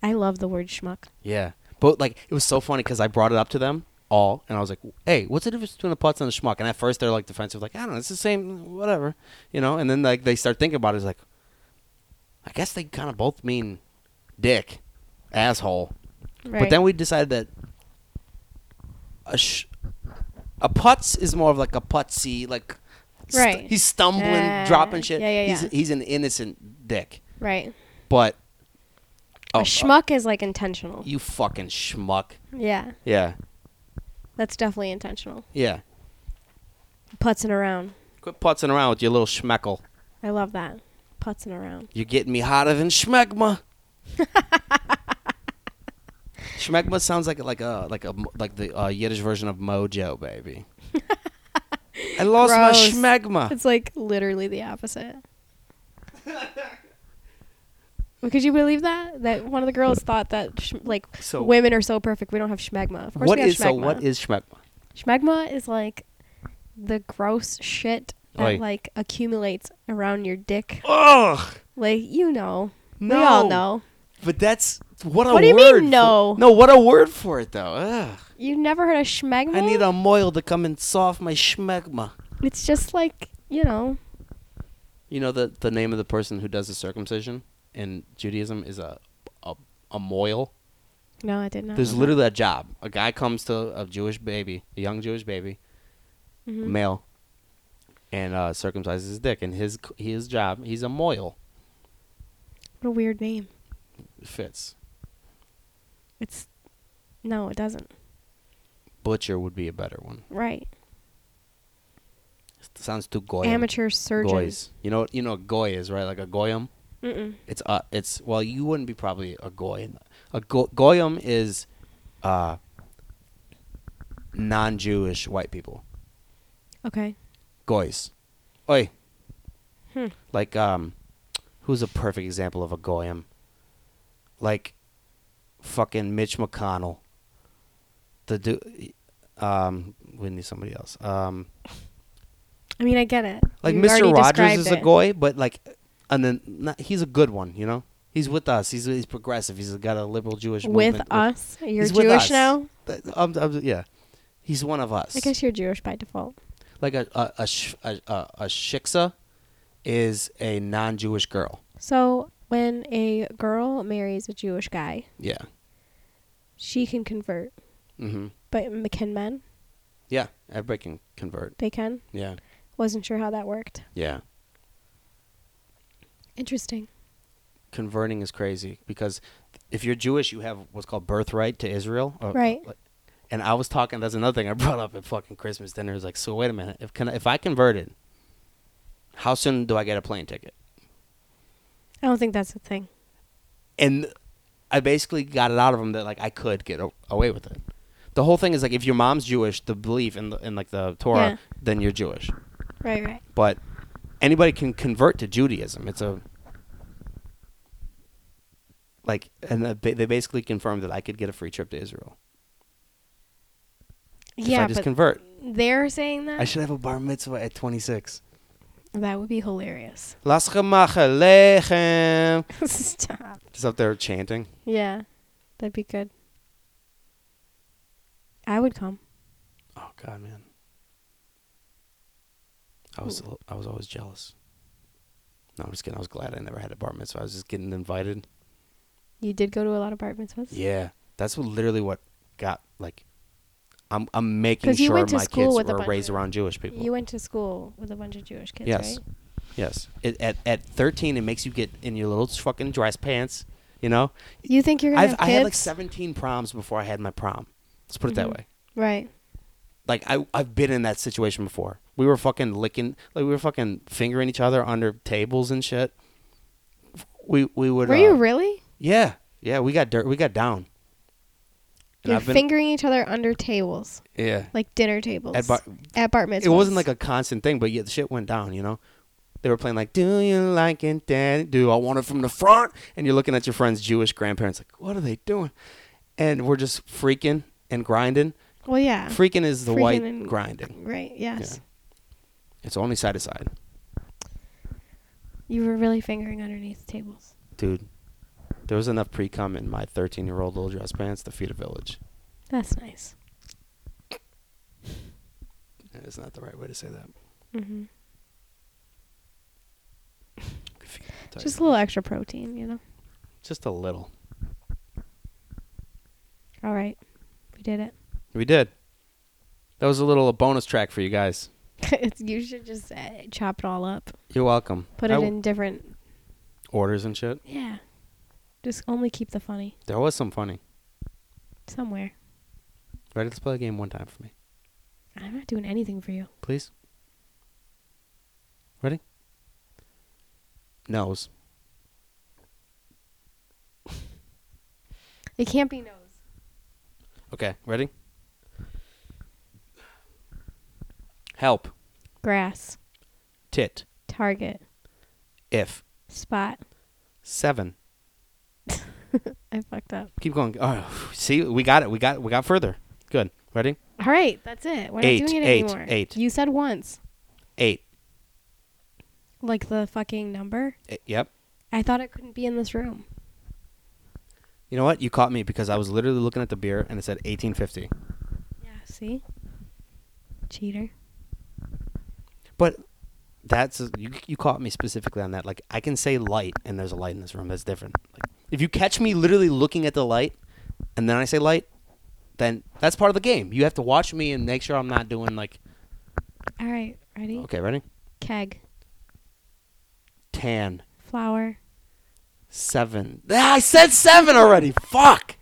I love the word schmuck. Yeah. But like it was so funny because I brought it up to them all, and I was like, "Hey, what's the difference between a putz and a schmuck?" And at first they're like defensive, like, "I don't know, it's the same, whatever," you know. And then like they start thinking about it, it's like, I guess they kind of both mean dick, asshole. Right. But then we decided that a sh- a putz is more of like a putzy, like st- Right. he's stumbling, Yeah. dropping shit. Yeah, yeah, he's yeah. he's an innocent dick. right. But Oh, uh a schmuck is like intentional. you fucking schmuck. Yeah, Yeah. that's definitely intentional. Yeah. Putzing around. Quit putzing around with your little schmeckle. I love that. Putzing around. You're getting me hotter than schmegma. schmegma sounds like like a like a like the uh, Yiddish version of mojo, baby. I lost Gross. my schmegma. It's like literally the opposite. Well, Could you believe that? That one of the girls thought that sh- like So- women are so perfect, we don't have schmegma. Of course What we have is schmegma. so? What is schmegma? schmegma? Is like the gross shit that Oi. like accumulates around your dick. Ugh. Like you know, No. we all know. But that's what a What do you word mean, for- no? no, what a word for it though. Ugh. You never heard of schmegma? I need a moil to come and soft my schmegma. It's just like you know. You know the the name of the person who does the circumcision in Judaism is a a, a moil. No, I did not. There's know that. literally a job. A guy comes to a Jewish baby, a young Jewish baby, Mhm. male, and uh, circumcises his dick. And his his job, he's a moil. What a weird name. Fits It's no, it doesn't. butcher would be a better one. Right. Sounds too goy. Amateur surgeon. Goys. You know you know what goy is right? Like a goyim. Mm-mm. It's uh it's well you wouldn't be probably a goy. A go- goyim is uh non-Jewish white people. Okay. goys. Oi. Hmm. Like um who's a perfect example of a goyim? Like fucking Mitch McConnell. The dude um we need somebody else. Um I mean, I get it. like You already Mr. Rogers described is a it. goy, but like and then not, he's a good one, you know? He's with us. He's he's progressive. He's got a liberal Jewish With movement. us, you're he's with us. Jewish now. Th- um, um, yeah. He's one of us. I guess you're Jewish by default. like a a a, sh- a, a, a shiksa is a non-Jewish girl. So when a girl marries a Jewish guy, Yeah. she can convert, Mm-hmm. but m- can men? Yeah. Everybody can convert. They can. Yeah. Wasn't sure how that worked. Yeah. Interesting. Converting is crazy because if you're Jewish, you have what's called birthright to Israel. or- Right. And I was talking. That's another thing I brought up at fucking Christmas dinner. It's like, so wait a minute. If can I, if I converted, how soon do I get a plane ticket? I don't think that's a thing. and I basically got it out of him that like I could get a- away with it. The whole thing is like if your mom's Jewish, the belief in the, in like the Torah, Yeah. then you're Jewish. Right. Right. But anybody can convert to Judaism. It's a like, and the, ba- they basically confirmed that I could get a free trip to Israel if I Yeah, just but convert. they're saying that. I should have a bar mitzvah at 26. that would be hilarious. Laschem Achalechem. Stop. Just up there chanting. Yeah, that'd be good. I would come. Oh God, man. I was I was always jealous. No, I'm just kidding. I was glad I never had a bar mitzvah. I was just getting invited. You did go to a lot of bar mitzvahs. Yeah, that's what, literally what got like. I'm I'm making 'Cause you sure went to my school kids with a were bunch raised of- around Jewish people. You went to school with a bunch of Jewish kids, yes, right? yes. It, at at 13, it makes you get in your little fucking dress pants. You know, You think you're gonna I've have I kids? Mm-hmm. had like 17 proms before I had my prom. Let's put it that way. Right. like I I've been in that situation before. We were fucking licking, like we were fucking fingering each other under tables and shit. We we would. Were uh, you really? Yeah, yeah. We got dirt. We got down. And You're I've been- fingering each other under tables, Yeah. like dinner tables. At bar- at bar mitzvahs. It wasn't like a constant thing, but yeah, the shit went down. You know, they were playing like, "Do you like it, Dad? Do I want it from the front?" And you're looking at your friend's Jewish grandparents, like, "What are they doing?" And we're just freaking and grinding. Well, yeah. Freaking is the Freaking white and- grinding. Right. Yes. It's only side to side, You were really fingering underneath tables. dude. There was enough pre cum in my 13 year old little dress pants to feed a village. That's nice. It's not the right way to say that. hmm Could feed a tiger. Just a little extra protein, you know. just a little. All right, we did it. We did. That was a little bonus track for you guys. it's, you should just uh, chop it all up, You're welcome. put I it w- in different. orders and shit. Yeah, just only keep the funny There was some funny. somewhere. Ready? Let's play a game one time for me, I'm not doing anything for you. please. Ready? Nose. It can't be nose. Okay. Ready? Help. Grass. Tit. Target. If. Spot. Seven. I fucked up. Keep going. Oh, see, we got it. We got we got further. Good. Ready? All right, that's it. We're Eight, not doing it eight, anymore. eight. You said once, Eight. like the fucking number. Eh, yep. I thought it couldn't be in this room. You know what? You caught me because I was literally looking at the beer and it said 1850. Yeah. See. Cheater. But that's you. You caught me specifically on that. Like I can say light and there's a light in this room. That's different. Like, if you catch me literally looking at the light and then I say light, then that's part of the game. You have to watch me and make sure I'm not doing like. All right. Ready. Okay, ready? Keg. Tan Flower. seven. Ah, I said seven already. Fuck.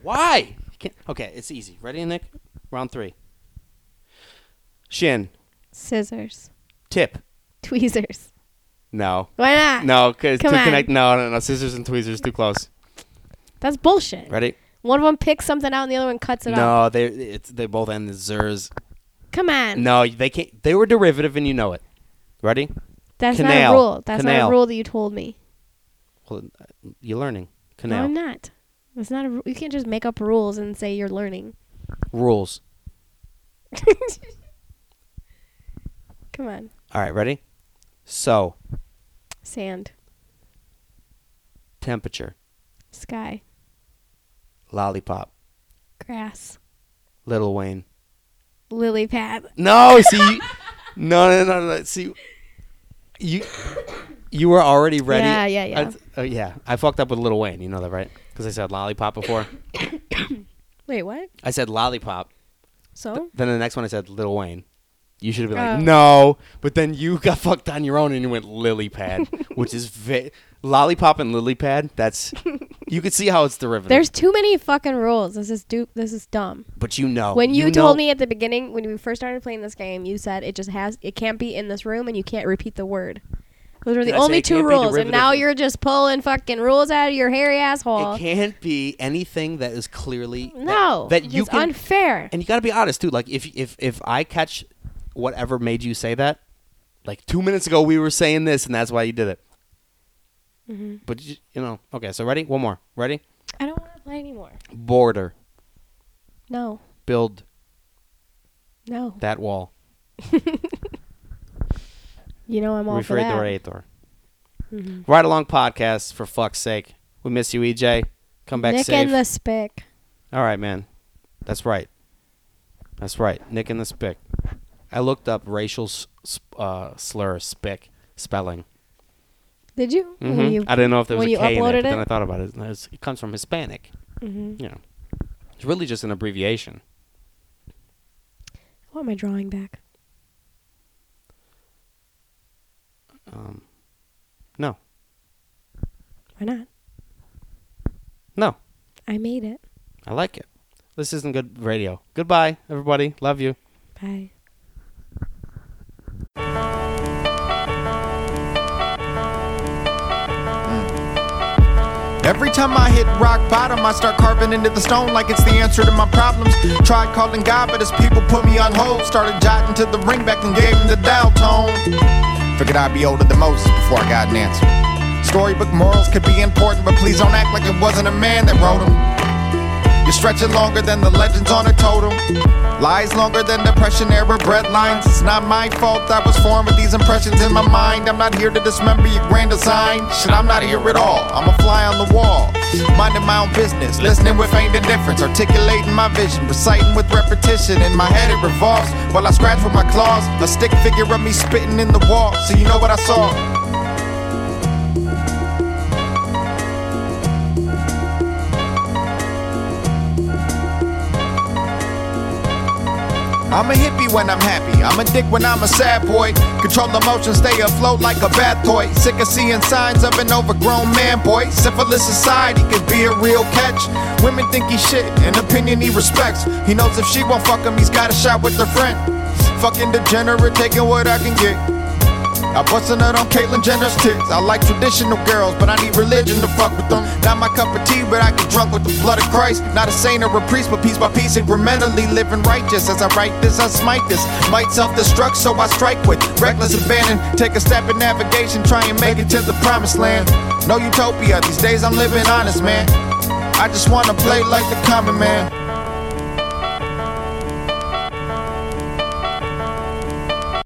Why? You can't- Okay, it's easy. Ready, Nick? Round three. Shin. Scissors. Tip. Tweezers. No. Why not? No, because to Come on. connect. No, no, no. Scissors and tweezers too close. That's bullshit. Ready? One of them picks something out and the other one cuts it off. No, they it's they both end in zers. Come on. No, they can't. They were derivative, and you know it. Ready? That's Canal. not a rule. That's not Canal. a rule that you told me. Well, you're learning. No, Canal I'm not. That's not a ru- you can't just make up rules and say you're learning. rules. Come on. All right, ready? So Sand. temperature, Sky. lollipop, Grass. Little Wayne. Lily pad. No, see, you- no, no, no, no. See, you, you were already ready. Yeah, yeah, yeah. I, th- oh, yeah, I fucked up with Little Wayne. You know that, right? Because I said lollipop before. Wait, what? I said lollipop. So? Then the next one I said Little Wayne. You should have been like Oh. no, but then you got fucked on your own and you went lily pad, which is vi- lollipop and lily pad. That's you could see how it's derivative. There's too many fucking rules. This is du- this is dumb. but Oh, you know When you, told know- me at the beginning when we first started playing this game, you said it just has it can't be in this room and you can't repeat the word. Those were Did the I say only it two can't be rules, and now derivative? you're just pulling fucking rules out of your hairy asshole. it can't be anything that is clearly that- no, that, you it's can unfair. and you got to be honest too. Like if if if I catch whatever made you say that, like two minutes ago we were saying this and that's why you did it. hmm But you, you know, okay. So ready? One more. Ready? I don't want to play anymore. Border. No, Build no. that wall. You know I'm all for that. Refrigerator. Mhm. Right along podcast. For fuck's sake, we miss you, EJ. Come back Nick safe. and the Spick. All right, man. That's right. That's right. Nick and the Spick. I looked up racial s- s- uh, slur spick spelling. Did you? When Mhm. you- I didn't know if there was when a you K in it, but uploaded then it? I thought about it. It's- It comes from Hispanic. Mhm. You know, it's really just an abbreviation. I want my drawing back. Um, no, Why not? no, I made it. I like it. This isn't good radio. Goodbye, everybody. Love you. Bye. Every time I hit rock bottom, I start carving into the stone like it's the answer to my problems. Tried calling God, but his people put me on hold. Started jotting to the ring back and gave him the dial tone. Figured I'd be older than Moses before I got an answer. Storybook morals could be important, but please don't act like it wasn't a man that wrote them. You're stretching longer than the legends on a totem. Lies longer than depression era breadlines. It's not my fault I was formed with these impressions in my mind. I'm not here to dismember your grand design. Shit, I'm not here at all. I'm a fly on the wall. Minding my own business, listening with ain't the difference. Articulating my vision, reciting with repetition. In my head it revolves while I scratch with my claws. A stick figure of me spitting in the wall. So you know what I saw. I'm a hippie when I'm happy. I'm a dick when I'm a sad boy. Control emotions, stay afloat like a bad toy. Sick of seeing signs of an overgrown man, boy. Syphilis society could be a real catch. Women think he shit, an opinion he respects. He knows if she won't fuck him, he's got a shot with her friend. Fucking degenerate, taking what I can get. I bust a nut on Caitlyn Jenner's tits. I like traditional girls, but I need religion to fuck with them. Not my cup of tea, but I get drunk with the blood of Christ. Not a saint or a priest, but piece by piece, incrementally living righteous. As I write this, I smite this. Might self-destruct, so I strike with reckless abandon. Take a step in navigation, try and make it to the promised land. No utopia, these days I'm living honest, man. I just wanna play like the common man.